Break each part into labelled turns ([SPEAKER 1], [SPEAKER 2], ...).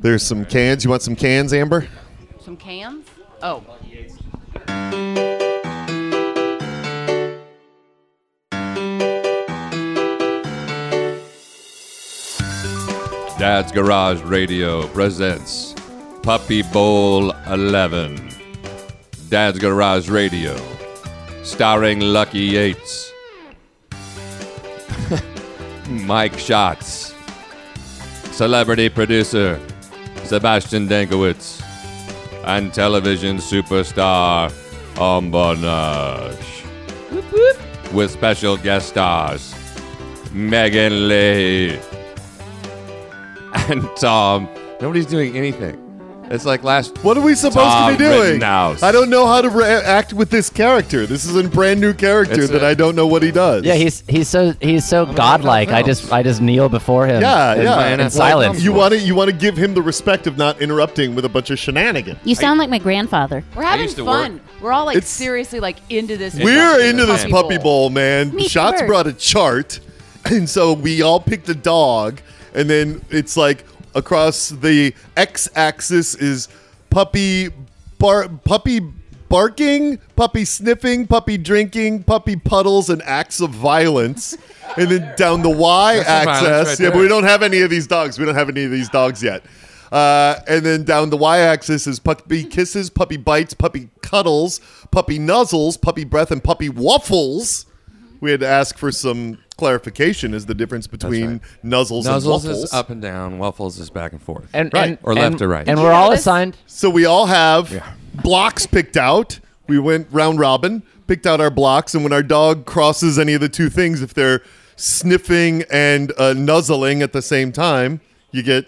[SPEAKER 1] There's some cans. You want some cans, Amber?
[SPEAKER 2] Some cans? Oh.
[SPEAKER 3] Dad's Garage Radio presents Puppy Bowl 11. Dad's Garage Radio, starring Lucky Yates, Mike Schatz, celebrity producer Sebastian Dankowitz, and television superstar Amber Nash, with special guest stars Megan Lee and Tom. Nobody's doing anything. It's like last.
[SPEAKER 1] What are we supposed
[SPEAKER 3] Tom
[SPEAKER 1] to be doing?
[SPEAKER 3] Rittenhouse.
[SPEAKER 1] I don't know how to re- act with this character. This is a brand new character
[SPEAKER 3] It's
[SPEAKER 1] that
[SPEAKER 3] a-
[SPEAKER 1] I I don't know what he does.
[SPEAKER 4] Yeah, he's he's so he's so godlike. I just I just kneel before him.
[SPEAKER 1] Yeah,
[SPEAKER 4] in,
[SPEAKER 1] yeah.
[SPEAKER 4] in
[SPEAKER 1] Well,
[SPEAKER 4] silence.
[SPEAKER 1] You want to you want to give him the respect of not interrupting with a bunch of shenanigans.
[SPEAKER 5] You sound like my grandfather.
[SPEAKER 2] We're having
[SPEAKER 3] used to
[SPEAKER 2] fun. We're all like
[SPEAKER 1] It's-
[SPEAKER 2] seriously like into this.
[SPEAKER 1] We're
[SPEAKER 2] puppy
[SPEAKER 1] into this
[SPEAKER 3] Puppy
[SPEAKER 1] puppy bowl, man.
[SPEAKER 5] Me
[SPEAKER 1] Shots
[SPEAKER 5] too.
[SPEAKER 1] brought a chart, and so we all picked a dog, and then it's like across the x-axis is puppy bar puppy barking, puppy sniffing, puppy drinking, puppy puddles, and acts of violence. And then down the
[SPEAKER 3] That's the violence
[SPEAKER 1] y-axis,
[SPEAKER 3] right
[SPEAKER 1] yeah, but
[SPEAKER 3] there.
[SPEAKER 1] we don't have any of these dogs. We don't have any of these dogs yet. Uh, and then down the y-axis is puppy kisses, puppy bites, puppy cuddles, puppy nuzzles, puppy breath, and puppy waffles. We had to ask for some clarification as the difference between
[SPEAKER 3] right.
[SPEAKER 1] nuzzles,
[SPEAKER 3] Nuzzles
[SPEAKER 1] and waffles.
[SPEAKER 3] is up and down. Waffles is back and forth.
[SPEAKER 4] and,
[SPEAKER 1] Right.
[SPEAKER 4] and-
[SPEAKER 3] Or left
[SPEAKER 4] and-
[SPEAKER 3] or right.
[SPEAKER 4] And
[SPEAKER 3] Did
[SPEAKER 4] we're
[SPEAKER 2] you
[SPEAKER 4] all
[SPEAKER 2] notice-
[SPEAKER 4] assigned.
[SPEAKER 1] So we all have blocks picked out. We went round robin, picked out our blocks, and when our dog crosses any of the two things, if they're sniffing and uh, nuzzling at the same time, you get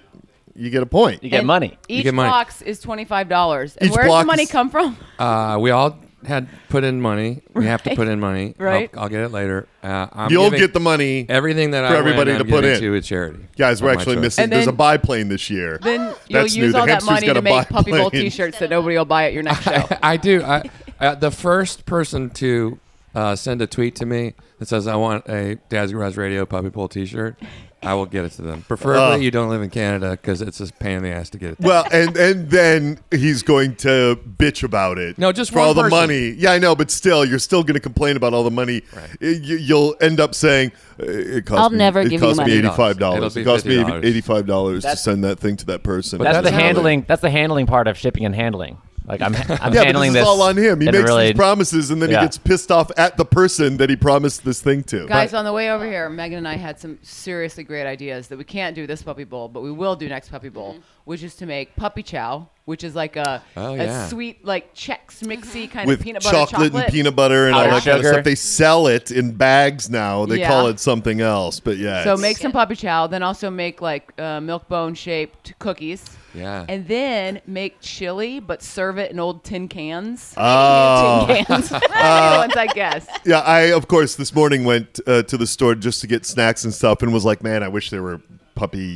[SPEAKER 1] you get a point.
[SPEAKER 4] You get money.
[SPEAKER 2] Each
[SPEAKER 3] get money.
[SPEAKER 2] box is twenty five dollars. And
[SPEAKER 1] Each
[SPEAKER 2] where does
[SPEAKER 1] block
[SPEAKER 2] the money
[SPEAKER 1] is-
[SPEAKER 2] come from?
[SPEAKER 3] Uh, we all had put in money. We have to put in money. I'll-
[SPEAKER 2] Right.
[SPEAKER 3] I'll, get it later. Uh, I'm
[SPEAKER 1] You'll
[SPEAKER 3] giving
[SPEAKER 1] get the money,
[SPEAKER 3] everything that
[SPEAKER 1] for
[SPEAKER 3] I
[SPEAKER 1] everybody
[SPEAKER 3] win,
[SPEAKER 1] to
[SPEAKER 3] I'm
[SPEAKER 1] put
[SPEAKER 3] giving
[SPEAKER 1] in.
[SPEAKER 3] to a charity.
[SPEAKER 1] guys. We're
[SPEAKER 3] Of my
[SPEAKER 1] actually
[SPEAKER 3] choice.
[SPEAKER 1] missing.
[SPEAKER 2] And
[SPEAKER 1] There's a
[SPEAKER 2] then-
[SPEAKER 1] biplane this year.
[SPEAKER 2] Then you'll
[SPEAKER 1] That's
[SPEAKER 2] use
[SPEAKER 1] new. The
[SPEAKER 2] all that
[SPEAKER 1] hamster's
[SPEAKER 2] money
[SPEAKER 1] got
[SPEAKER 2] to
[SPEAKER 1] a
[SPEAKER 2] make Puppy Bowl
[SPEAKER 1] biplane.
[SPEAKER 2] T-shirts that nobody will buy at your next show.
[SPEAKER 3] I do. I, uh, the first person to uh, send a tweet to me that says I want a Dad's Garage Radio Puppy Pool T-shirt, I will get it to them. Preferably,
[SPEAKER 1] Uh.
[SPEAKER 3] you don't live in Canada because it's a pain in the ass to get it.
[SPEAKER 1] Well, and and then he's going to bitch about it.
[SPEAKER 3] No, just
[SPEAKER 1] for
[SPEAKER 3] one
[SPEAKER 1] all the
[SPEAKER 3] person.
[SPEAKER 1] money. Yeah, I know, but still, you're still going to complain about all the money. Y- You, you'll end up saying "Uh, it cost
[SPEAKER 5] I'll
[SPEAKER 1] me,
[SPEAKER 5] never
[SPEAKER 1] it
[SPEAKER 5] give you
[SPEAKER 1] cost me
[SPEAKER 5] money."
[SPEAKER 1] eighty-five dollars.
[SPEAKER 3] It'll
[SPEAKER 1] It
[SPEAKER 3] be
[SPEAKER 1] cost me
[SPEAKER 3] $50.
[SPEAKER 1] eighty-five dollars to
[SPEAKER 4] That's-
[SPEAKER 1] send that thing to that person.
[SPEAKER 4] That's the
[SPEAKER 3] That's how it-
[SPEAKER 4] handling. That's the handling part of shipping and handling. Like I'm, I'm
[SPEAKER 1] Yeah, but
[SPEAKER 4] handling
[SPEAKER 1] this,
[SPEAKER 4] this.
[SPEAKER 1] is all on him. He
[SPEAKER 4] in a
[SPEAKER 1] makes
[SPEAKER 4] really-
[SPEAKER 1] these promises, and then
[SPEAKER 4] Yeah.
[SPEAKER 1] he gets pissed off at the person that he promised this thing to.
[SPEAKER 2] Guys, on the way over here, Megan and I had some seriously great ideas that we can't do this puppy bowl, but we will do next puppy bowl, which is to make puppy chow, which is like a,
[SPEAKER 3] Oh,
[SPEAKER 2] a
[SPEAKER 3] yeah.
[SPEAKER 2] sweet like Chex mixy kind
[SPEAKER 1] with
[SPEAKER 2] of peanut butter
[SPEAKER 1] chocolate,
[SPEAKER 2] chocolate.
[SPEAKER 1] and peanut butter and all
[SPEAKER 4] Powdered
[SPEAKER 1] that kind of
[SPEAKER 4] sugar.
[SPEAKER 1] stuff. They sell it in bags now. They
[SPEAKER 2] Yeah.
[SPEAKER 1] call it something else, but yeah.
[SPEAKER 2] So
[SPEAKER 1] it's-
[SPEAKER 2] make some puppy chow, then also make like uh, milk bone shaped cookies.
[SPEAKER 3] Yeah.
[SPEAKER 2] And then make chili, but serve it in old tin cans.
[SPEAKER 1] Oh.
[SPEAKER 2] Tin cans.
[SPEAKER 1] uh.
[SPEAKER 2] Once I guess.
[SPEAKER 1] Yeah, I of course this morning went uh, to the store just to get snacks and stuff, and was like, man, I wish there were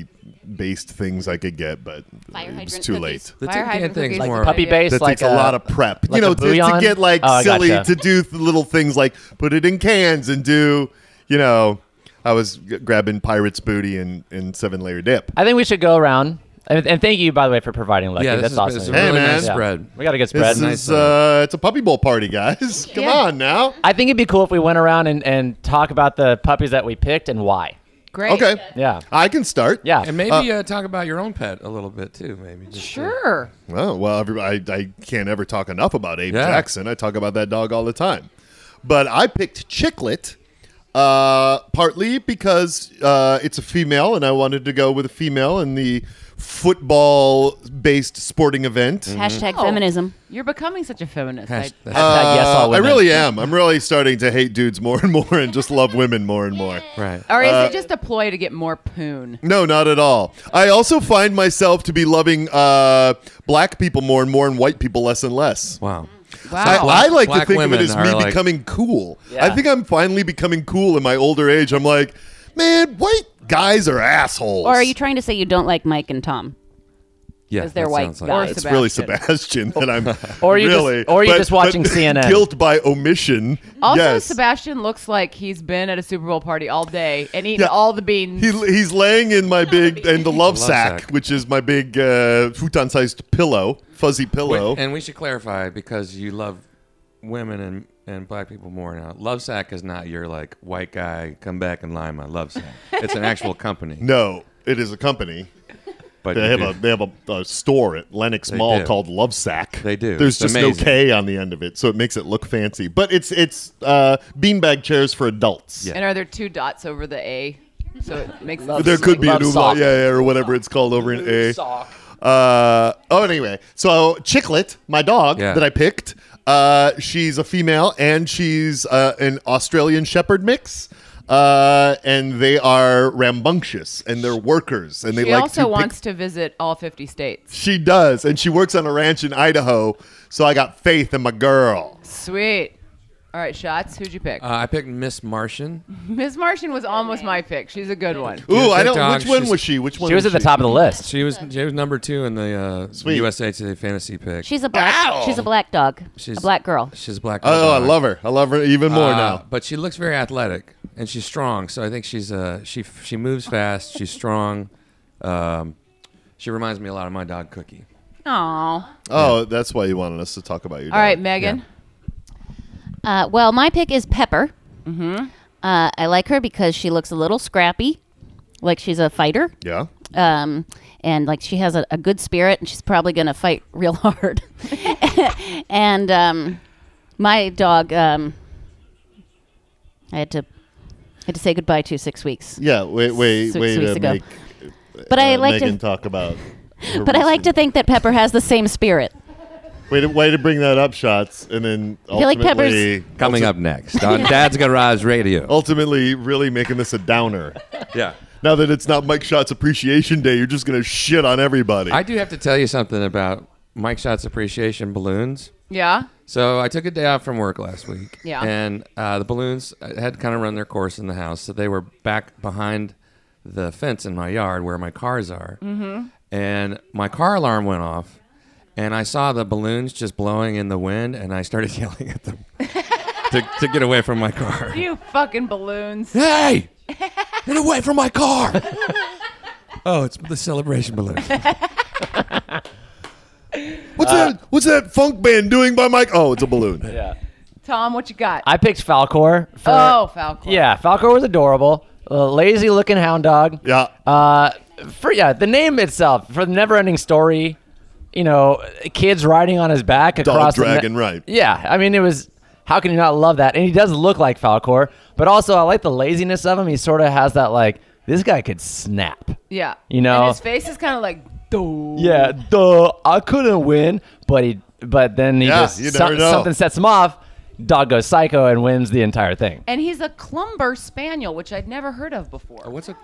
[SPEAKER 1] puppy-based things I could get, but
[SPEAKER 5] Fire
[SPEAKER 1] it was
[SPEAKER 5] hydrant
[SPEAKER 1] too
[SPEAKER 5] cookies.
[SPEAKER 1] late.
[SPEAKER 3] the
[SPEAKER 2] Fire
[SPEAKER 3] tin can
[SPEAKER 2] hydrant
[SPEAKER 3] thing's
[SPEAKER 2] cookies. Like
[SPEAKER 3] more.
[SPEAKER 4] puppy base.
[SPEAKER 1] That
[SPEAKER 4] like uh,
[SPEAKER 1] takes a, lot of prep,
[SPEAKER 4] like
[SPEAKER 1] you know,
[SPEAKER 4] a
[SPEAKER 1] to, to
[SPEAKER 4] bouillon?
[SPEAKER 1] get like
[SPEAKER 4] Oh, I
[SPEAKER 1] silly,
[SPEAKER 4] gotcha.
[SPEAKER 1] to do th- little things like put it in cans and do, you know, I was g- grabbing pirate's booty and, and seven layer dip.
[SPEAKER 4] I think we should go around. And, and thank you, by the way, for providing Lucky.
[SPEAKER 3] Yeah,
[SPEAKER 4] that's
[SPEAKER 3] this is-
[SPEAKER 4] awesome.
[SPEAKER 3] it's a
[SPEAKER 1] Hey,
[SPEAKER 3] really
[SPEAKER 1] man.
[SPEAKER 3] nice
[SPEAKER 1] Yeah.
[SPEAKER 3] spread.
[SPEAKER 4] We got a good spread.
[SPEAKER 1] This
[SPEAKER 3] nice
[SPEAKER 1] is
[SPEAKER 3] though.
[SPEAKER 1] uh, it's a puppy bowl party, guys. Come
[SPEAKER 2] Yeah.
[SPEAKER 1] on now.
[SPEAKER 4] I think it'd be cool if we went around and, and talk about the puppies that we picked and why.
[SPEAKER 2] Great.
[SPEAKER 1] Okay,
[SPEAKER 4] Yeah.
[SPEAKER 1] I can start.
[SPEAKER 4] Yeah.
[SPEAKER 3] And maybe uh, talk about your own pet a little bit too, maybe. just to-
[SPEAKER 2] Sure.
[SPEAKER 1] Oh well, everybody, I, I can't ever talk enough about Abe
[SPEAKER 3] Yeah.
[SPEAKER 1] Jackson. I talk about that dog all the time. But I picked Chicklet uh, partly because uh, it's a female, and I wanted to go with a female in the football-based sporting event.
[SPEAKER 5] Hashtag
[SPEAKER 2] Oh.
[SPEAKER 5] feminism.
[SPEAKER 2] You're becoming such a feminist.
[SPEAKER 3] Hash-
[SPEAKER 2] I-
[SPEAKER 1] Uh,
[SPEAKER 3] that's-
[SPEAKER 4] Hashtag yes, all
[SPEAKER 1] I
[SPEAKER 4] women.
[SPEAKER 1] really am. I'm really starting to hate dudes more and more, and just love women more and more.
[SPEAKER 3] right.
[SPEAKER 2] or is
[SPEAKER 1] Uh,
[SPEAKER 2] it just a ploy to get more poon?
[SPEAKER 1] No, not at all. I also find myself to be loving uh, black people more and more, and white people less and less.
[SPEAKER 3] Wow.
[SPEAKER 2] Wow.
[SPEAKER 1] I,
[SPEAKER 3] Black-
[SPEAKER 1] I like to
[SPEAKER 3] black
[SPEAKER 1] think of it
[SPEAKER 3] women
[SPEAKER 1] as me
[SPEAKER 3] are like-
[SPEAKER 1] becoming cool.
[SPEAKER 4] Yeah.
[SPEAKER 1] I think I'm finally becoming cool in my older age. I'm like, man, white guys are assholes.
[SPEAKER 5] Or are you trying to say you don't like Mike and Tom?
[SPEAKER 3] Yeah,
[SPEAKER 5] Because they're
[SPEAKER 3] that
[SPEAKER 5] white
[SPEAKER 3] sounds like
[SPEAKER 5] guys.
[SPEAKER 2] Or
[SPEAKER 1] It's really
[SPEAKER 2] Sebastian.
[SPEAKER 1] Sebastian that I'm.
[SPEAKER 4] Or you just-
[SPEAKER 1] really,
[SPEAKER 4] or you just watching CNN.
[SPEAKER 1] Guilt by omission.
[SPEAKER 2] Also,
[SPEAKER 1] yes.
[SPEAKER 2] Sebastian looks like he's been at a Super Bowl party all day and eaten
[SPEAKER 1] Yeah.
[SPEAKER 2] all the beans.
[SPEAKER 1] He, he's laying in my big in the love,
[SPEAKER 3] Love
[SPEAKER 1] sack,
[SPEAKER 3] sack.
[SPEAKER 1] which is my big uh, futon-sized pillow, fuzzy
[SPEAKER 3] Wait,
[SPEAKER 1] pillow.
[SPEAKER 3] and we should clarify because you love women and, and black people more now. Love Sack is not your like white guy come back and lie my love sack. It's an actual company.
[SPEAKER 1] no, it is a company.
[SPEAKER 3] but
[SPEAKER 1] They
[SPEAKER 3] you
[SPEAKER 1] have
[SPEAKER 3] do-
[SPEAKER 1] a they have a, a store at Lenox Mall
[SPEAKER 3] do.
[SPEAKER 1] called Love Sack.
[SPEAKER 3] They do.
[SPEAKER 1] There's
[SPEAKER 3] It's
[SPEAKER 1] just no
[SPEAKER 3] amazing.
[SPEAKER 1] K on the end of it, so it makes it look fancy. But it's it's uh, beanbag chairs for adults.
[SPEAKER 3] Yeah.
[SPEAKER 2] and are there two dots over the A? So it makes it
[SPEAKER 1] There
[SPEAKER 2] seem
[SPEAKER 1] could
[SPEAKER 2] like-
[SPEAKER 1] be an
[SPEAKER 4] Love
[SPEAKER 1] umlaut,
[SPEAKER 4] sock.
[SPEAKER 1] yeah, yeah, or whatever it's called over in A.
[SPEAKER 4] Sock.
[SPEAKER 1] Uh, oh, anyway, so Chicklet, my dog
[SPEAKER 3] Yeah.
[SPEAKER 1] that I picked, uh, she's a female and she's uh, an Australian Shepherd mix. Uh, and they are rambunctious and they're workers and they
[SPEAKER 2] She
[SPEAKER 1] like
[SPEAKER 2] also
[SPEAKER 1] to pick-
[SPEAKER 2] wants to visit all 50 states.
[SPEAKER 1] she does, and she works on a ranch in Idaho. So I got faith in my girl.
[SPEAKER 2] Sweet. All right, shots. Who'd you pick?
[SPEAKER 3] Uh, I picked Miss Martian.
[SPEAKER 2] Ms. Martian was almost my pick. She's a good one.
[SPEAKER 1] Ooh,
[SPEAKER 3] Yeah,
[SPEAKER 1] I
[SPEAKER 3] good
[SPEAKER 1] don't.
[SPEAKER 3] dog.
[SPEAKER 1] Which one
[SPEAKER 3] She's-
[SPEAKER 1] was she? Which one?
[SPEAKER 4] She was at the top of the list.
[SPEAKER 3] She was she was number two in the uh,
[SPEAKER 1] Sweet.
[SPEAKER 3] USA Today fantasy pick.
[SPEAKER 5] She's a black.
[SPEAKER 1] Ow!
[SPEAKER 5] She's a black dog.
[SPEAKER 3] She's-
[SPEAKER 5] a black girl.
[SPEAKER 3] She's a black.
[SPEAKER 1] Oh, I
[SPEAKER 3] dog.
[SPEAKER 1] love her. I love her even more
[SPEAKER 3] Uh,
[SPEAKER 1] now.
[SPEAKER 3] But she looks very athletic and she's strong. So I think she's uh she she moves fast. she's strong. Um, she reminds me a lot of my dog Cookie.
[SPEAKER 2] Aww. All
[SPEAKER 1] Oh, that's why you wanted us to talk about your. dog.
[SPEAKER 2] right, Megan.
[SPEAKER 3] Yeah.
[SPEAKER 5] Uh, well, my pick is Pepper. Mm-hmm. Uh, I like her because she looks a little scrappy, like she's a fighter,
[SPEAKER 1] Yeah.
[SPEAKER 5] um, and like she has a, a good spirit, and she's probably going to fight real hard. and um, my dog, um, I had to had to say goodbye to six weeks,
[SPEAKER 1] Yeah. Wait. Wait.
[SPEAKER 5] Six
[SPEAKER 1] wait
[SPEAKER 5] weeks
[SPEAKER 1] to
[SPEAKER 5] ago.
[SPEAKER 1] make.
[SPEAKER 5] but I
[SPEAKER 1] uh,
[SPEAKER 5] like
[SPEAKER 1] Megan
[SPEAKER 5] to.
[SPEAKER 1] talk about. her
[SPEAKER 5] But I like to
[SPEAKER 1] recent-
[SPEAKER 5] think that Pepper has the same spirit.
[SPEAKER 1] Way to, way to bring that up, shots, and then
[SPEAKER 5] feel like
[SPEAKER 1] ultimately,
[SPEAKER 5] Pepper's-
[SPEAKER 3] Coming up next on Dad's Garage Radio.
[SPEAKER 1] ultimately, really making this a downer.
[SPEAKER 3] Yeah.
[SPEAKER 1] now that it's not Mike Shots Appreciation Day, you're just gonna shit on everybody.
[SPEAKER 3] I do have to tell you something about Mike Shot's appreciation balloons.
[SPEAKER 2] Yeah.
[SPEAKER 3] So I took a day off from work last week.
[SPEAKER 2] Yeah.
[SPEAKER 3] And uh, the balloons had kind of run their course in the house, so they were back behind the fence in my yard where my cars are. Mm-hmm. And my car alarm went off, and I saw the balloons just blowing in the wind, and I started yelling at them to, to get away from my car.
[SPEAKER 2] You fucking balloons.
[SPEAKER 3] Hey! Get away from my car! oh, it's the celebration balloon.
[SPEAKER 1] what's
[SPEAKER 3] Uh,
[SPEAKER 1] that? What's that funk band doing by Mike? Oh, it's a balloon.
[SPEAKER 4] Yeah.
[SPEAKER 2] Tom, what you got?
[SPEAKER 4] I picked Falcor. For,
[SPEAKER 2] oh, Falcon.
[SPEAKER 4] Yeah, Falcor was adorable. A lazy looking hound dog.
[SPEAKER 1] Yeah.
[SPEAKER 4] Uh, for yeah, the name itself for the never-ending story. You know, kids riding on his back across the
[SPEAKER 1] dragging right.
[SPEAKER 4] Yeah, I mean it was. How can you not love that? And he does look like Falcor, but also I like the laziness of him. He sort of has that like this guy could snap.
[SPEAKER 2] Yeah.
[SPEAKER 4] You know-
[SPEAKER 2] And his face is kind of like, duh.
[SPEAKER 4] Yeah, duh, I couldn't win, but he, but then he
[SPEAKER 1] Yeah,
[SPEAKER 4] just
[SPEAKER 1] you
[SPEAKER 4] so-
[SPEAKER 1] never know.
[SPEAKER 4] something sets him off. Dog goes psycho and wins the entire thing.
[SPEAKER 2] And he's a Clumber Spaniel, which I'd never heard of before.
[SPEAKER 3] What's a,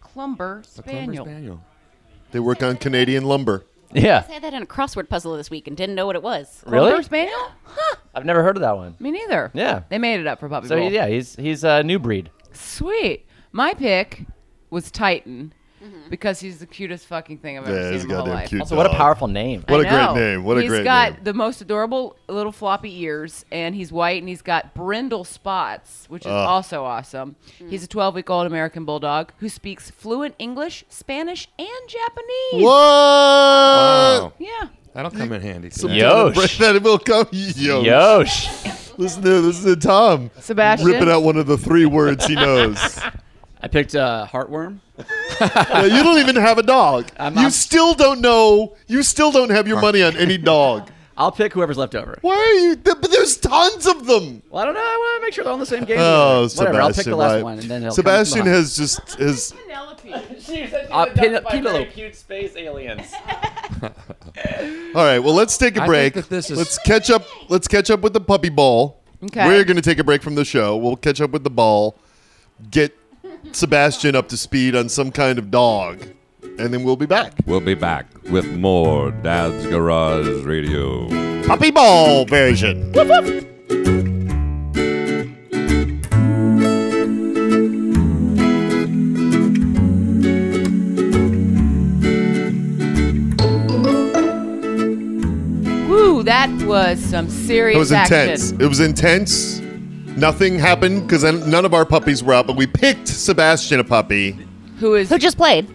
[SPEAKER 2] Clumber Spaniel.
[SPEAKER 3] spaniel?
[SPEAKER 1] They work on Canadian lumber.
[SPEAKER 4] Yeah,
[SPEAKER 5] I had that in a crossword puzzle this week and didn't know what it was.
[SPEAKER 2] Clumber
[SPEAKER 4] really?
[SPEAKER 2] Spaniel? Huh.
[SPEAKER 4] I've never heard of that one.
[SPEAKER 2] Me neither.
[SPEAKER 4] Yeah.
[SPEAKER 2] They made it up for Puppy
[SPEAKER 4] So
[SPEAKER 2] Bowl.
[SPEAKER 4] yeah, he's he's a new breed.
[SPEAKER 2] Sweet. My pick was Titan because he's the cutest fucking thing I've ever
[SPEAKER 1] Yeah,
[SPEAKER 2] seen
[SPEAKER 1] he's
[SPEAKER 2] in my whole
[SPEAKER 1] goddamn
[SPEAKER 2] life.
[SPEAKER 1] cute.
[SPEAKER 4] Also, what a
[SPEAKER 1] dog.
[SPEAKER 4] powerful name.
[SPEAKER 1] What
[SPEAKER 2] I
[SPEAKER 1] a great
[SPEAKER 2] know.
[SPEAKER 1] name. What a great
[SPEAKER 2] He's got
[SPEAKER 1] name.
[SPEAKER 2] the most adorable little floppy ears, and he's white, and he's got brindle spots, which is also awesome. He's a 12 week old American bulldog who speaks fluent English, Spanish, and
[SPEAKER 1] What?
[SPEAKER 2] Japanese.
[SPEAKER 3] Wow.
[SPEAKER 2] Yeah.
[SPEAKER 3] That'll come in handy. today.
[SPEAKER 4] Yosh.
[SPEAKER 1] That will come. Yo.
[SPEAKER 4] Yosh.
[SPEAKER 1] Listen to listen to Tom
[SPEAKER 2] Sebastian.
[SPEAKER 1] ripping out one of the three words he knows.
[SPEAKER 6] I picked uh, heartworm.
[SPEAKER 1] Yeah, you don't even have a dog.
[SPEAKER 6] I'm-
[SPEAKER 1] you
[SPEAKER 6] I'm-
[SPEAKER 1] still don't know. You still don't have your money on any dog.
[SPEAKER 6] I'll pick whoever's left over.
[SPEAKER 1] Why are you? th- But there's tons of them.
[SPEAKER 6] Well, I don't know. I want to make sure they're on the same game.
[SPEAKER 1] Oh, Sebastian!
[SPEAKER 6] Whatever. I'll pick the last
[SPEAKER 1] right.
[SPEAKER 6] one, and then it'll come
[SPEAKER 1] Sebastian
[SPEAKER 6] from
[SPEAKER 1] has just has.
[SPEAKER 6] behind. uh, pin- Penelope.
[SPEAKER 1] All right. Well, let's take a
[SPEAKER 3] I
[SPEAKER 1] break.
[SPEAKER 3] think that this is-
[SPEAKER 1] let's catch up. Let's catch up with the puppy ball.
[SPEAKER 2] Okay.
[SPEAKER 1] We're going to take a break from the show. We'll catch up with the ball. Get Sebastian up to speed on some kind of dog, and then we'll be back.
[SPEAKER 3] We'll be back with more Dad's Garage Radio.
[SPEAKER 1] Puppy ball version.
[SPEAKER 2] that was some serious
[SPEAKER 1] It was
[SPEAKER 2] action.
[SPEAKER 1] intense. It was intense. Nothing happened because none of our puppies were out, but we picked Sebastian a puppy
[SPEAKER 2] Who is
[SPEAKER 5] Who just played?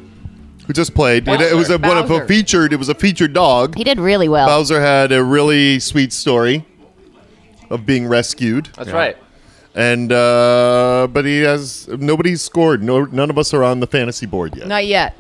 [SPEAKER 1] who just played. It- it was a,
[SPEAKER 2] Bowser.
[SPEAKER 1] one of a
[SPEAKER 2] Bowser.
[SPEAKER 1] featured. It was a featured dog.
[SPEAKER 5] He did really well.
[SPEAKER 1] Bowser had a really sweet story of being rescued,
[SPEAKER 6] That's right.
[SPEAKER 1] and uh, but he has nobody's scored. No, none of us are on the fantasy board yet.
[SPEAKER 2] not yet?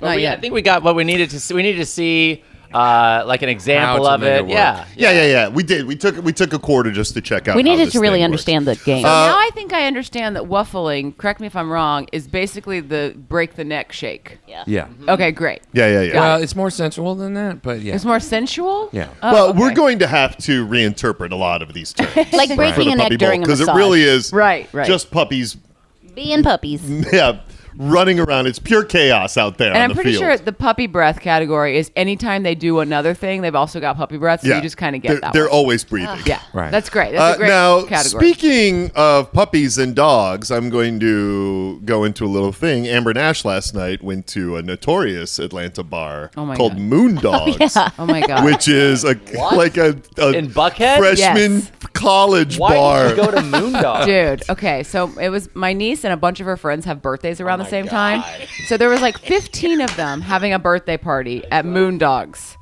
[SPEAKER 4] But
[SPEAKER 2] Not
[SPEAKER 4] we- Oh, I
[SPEAKER 2] yet.
[SPEAKER 4] think we got what we needed to see. We needed to see uh, like an example
[SPEAKER 3] to
[SPEAKER 4] of
[SPEAKER 3] make it
[SPEAKER 4] it.
[SPEAKER 3] work.
[SPEAKER 4] Yeah.
[SPEAKER 1] Yeah, yeah, yeah. We did. We took we took a quarter just to check out.
[SPEAKER 5] we
[SPEAKER 1] how
[SPEAKER 5] needed
[SPEAKER 1] this
[SPEAKER 5] to really
[SPEAKER 1] thing works.
[SPEAKER 5] understand the game.
[SPEAKER 2] So
[SPEAKER 1] Uh,
[SPEAKER 2] now I think I understand that waffling. Correct me if I'm wrong. Is basically the break the neck shake.
[SPEAKER 3] Yeah.
[SPEAKER 2] Okay, great.
[SPEAKER 1] Yeah, yeah, yeah.
[SPEAKER 3] Well, Uh, it's more sensual than that, but yeah.
[SPEAKER 2] It's more sensual.
[SPEAKER 3] Yeah.
[SPEAKER 2] Oh,
[SPEAKER 1] well, we're
[SPEAKER 2] okay.
[SPEAKER 1] going to have to reinterpret a lot of these terms.
[SPEAKER 5] like breaking a neck during a
[SPEAKER 1] because it
[SPEAKER 5] massage.
[SPEAKER 1] really is
[SPEAKER 2] Right, right.
[SPEAKER 1] just puppies
[SPEAKER 5] Being puppies.
[SPEAKER 1] yeah, running around. It's pure chaos out there.
[SPEAKER 2] And
[SPEAKER 1] on
[SPEAKER 2] I'm
[SPEAKER 1] the
[SPEAKER 2] pretty
[SPEAKER 1] field.
[SPEAKER 2] sure the puppy breath category is anytime they do another thing, they've also got puppy breath. So
[SPEAKER 1] yeah,
[SPEAKER 2] you just kind of get
[SPEAKER 1] they're,
[SPEAKER 2] that.
[SPEAKER 1] They're
[SPEAKER 2] one.
[SPEAKER 1] always breathing.
[SPEAKER 2] yeah,
[SPEAKER 3] Right.
[SPEAKER 2] That's great.
[SPEAKER 1] Uh,
[SPEAKER 2] That's a great
[SPEAKER 1] now,
[SPEAKER 2] category.
[SPEAKER 1] speaking of puppies and dogs, I'm going to go into a little thing. Amber Nash last night went to a notorious Atlanta bar
[SPEAKER 2] Oh my
[SPEAKER 1] called
[SPEAKER 2] God.
[SPEAKER 1] Moon Dogs,
[SPEAKER 2] oh my god.
[SPEAKER 1] which is a like a, a
[SPEAKER 4] In Buckhead?
[SPEAKER 1] freshman
[SPEAKER 2] Yes.
[SPEAKER 1] college
[SPEAKER 4] Why
[SPEAKER 1] bar.
[SPEAKER 4] did you go to Moondog?
[SPEAKER 2] Dude, okay, so it was my niece and a bunch of her friends have birthdays around the same time. So there was like 15 of them having a birthday party at Moondogs.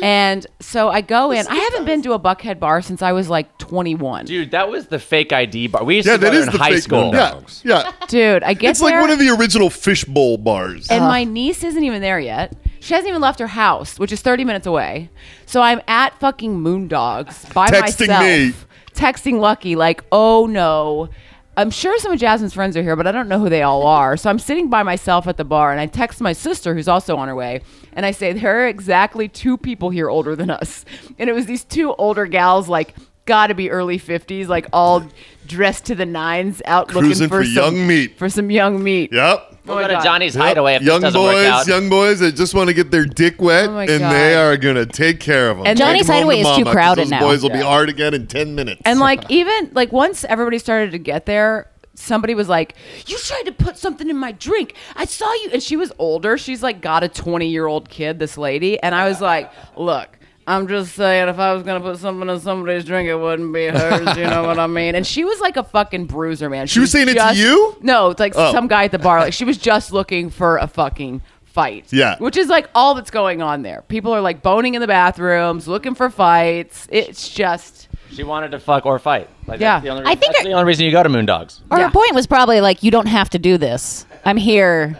[SPEAKER 2] And so I go in. I haven't been to a Buckhead bar since I was like 21. Dude,
[SPEAKER 4] Dude, that was the fake ID bar. We used
[SPEAKER 1] yeah,
[SPEAKER 4] to go
[SPEAKER 1] that
[SPEAKER 4] there
[SPEAKER 1] is
[SPEAKER 4] in
[SPEAKER 1] the
[SPEAKER 4] high
[SPEAKER 1] fake
[SPEAKER 4] school.
[SPEAKER 1] Moon Dogs. Yeah,
[SPEAKER 2] I get
[SPEAKER 1] it's like
[SPEAKER 2] there,
[SPEAKER 1] one of the original fishbowl bars.
[SPEAKER 2] and my niece isn't even there yet. She hasn't even left her house, which is 30 minutes away. So I'm at fucking Moondogs by
[SPEAKER 1] Texting
[SPEAKER 2] myself.
[SPEAKER 1] me.
[SPEAKER 2] Texting Lucky, like, oh no. I'm sure some of Jasmine's friends are here, but I don't know who they all are. So I'm sitting by myself at the bar and I text my sister, who's also on her way, and I say, There are exactly two people here older than us. And it was these two older gals, like, gotta be early 50s, like, all dressed to the nines, out
[SPEAKER 1] Cruising
[SPEAKER 2] looking for,
[SPEAKER 1] for
[SPEAKER 2] some,
[SPEAKER 1] young meat.
[SPEAKER 2] For some young meat.
[SPEAKER 1] Yep.
[SPEAKER 2] Oh my
[SPEAKER 4] We'll go to
[SPEAKER 2] God.
[SPEAKER 4] Johnny's Hideaway if
[SPEAKER 1] young
[SPEAKER 4] this doesn't
[SPEAKER 1] boys,
[SPEAKER 4] work out.
[SPEAKER 1] young boys that just want to get their dick wet,
[SPEAKER 2] Oh my
[SPEAKER 1] and they
[SPEAKER 2] God.
[SPEAKER 1] are gonna take care of them.
[SPEAKER 2] And Johnny's
[SPEAKER 5] Hideaway is too crowded
[SPEAKER 1] those
[SPEAKER 5] now.
[SPEAKER 1] Boys will be hard again in ten minutes.
[SPEAKER 2] And like even like once everybody started to get there, somebody was like, "You tried to put something in my drink. I saw you." And she was older. She's like got a 20-year-old kid, this lady, and I was like, "Look, I'm just saying if I was going to put something in somebody's drink, it wouldn't be hers, you know what I mean?" And she was like a fucking bruiser, man. She,
[SPEAKER 1] was saying it to
[SPEAKER 2] just-
[SPEAKER 1] you?
[SPEAKER 2] No, it's like
[SPEAKER 1] Oh.
[SPEAKER 2] some guy at the bar like she was just looking for a fucking fight.
[SPEAKER 1] Yeah.
[SPEAKER 2] Which is like all that's going on there. People are like boning in the bathrooms, looking for fights. It's just
[SPEAKER 4] She wanted to fuck or fight. Like,
[SPEAKER 2] Yeah.
[SPEAKER 4] That's, the only,
[SPEAKER 5] I
[SPEAKER 4] reason,
[SPEAKER 5] think
[SPEAKER 4] that's
[SPEAKER 5] her-
[SPEAKER 4] the only reason you go to Moondogs.
[SPEAKER 5] Or
[SPEAKER 2] Yeah.
[SPEAKER 5] her point was probably like, you don't have to do this. I'm here.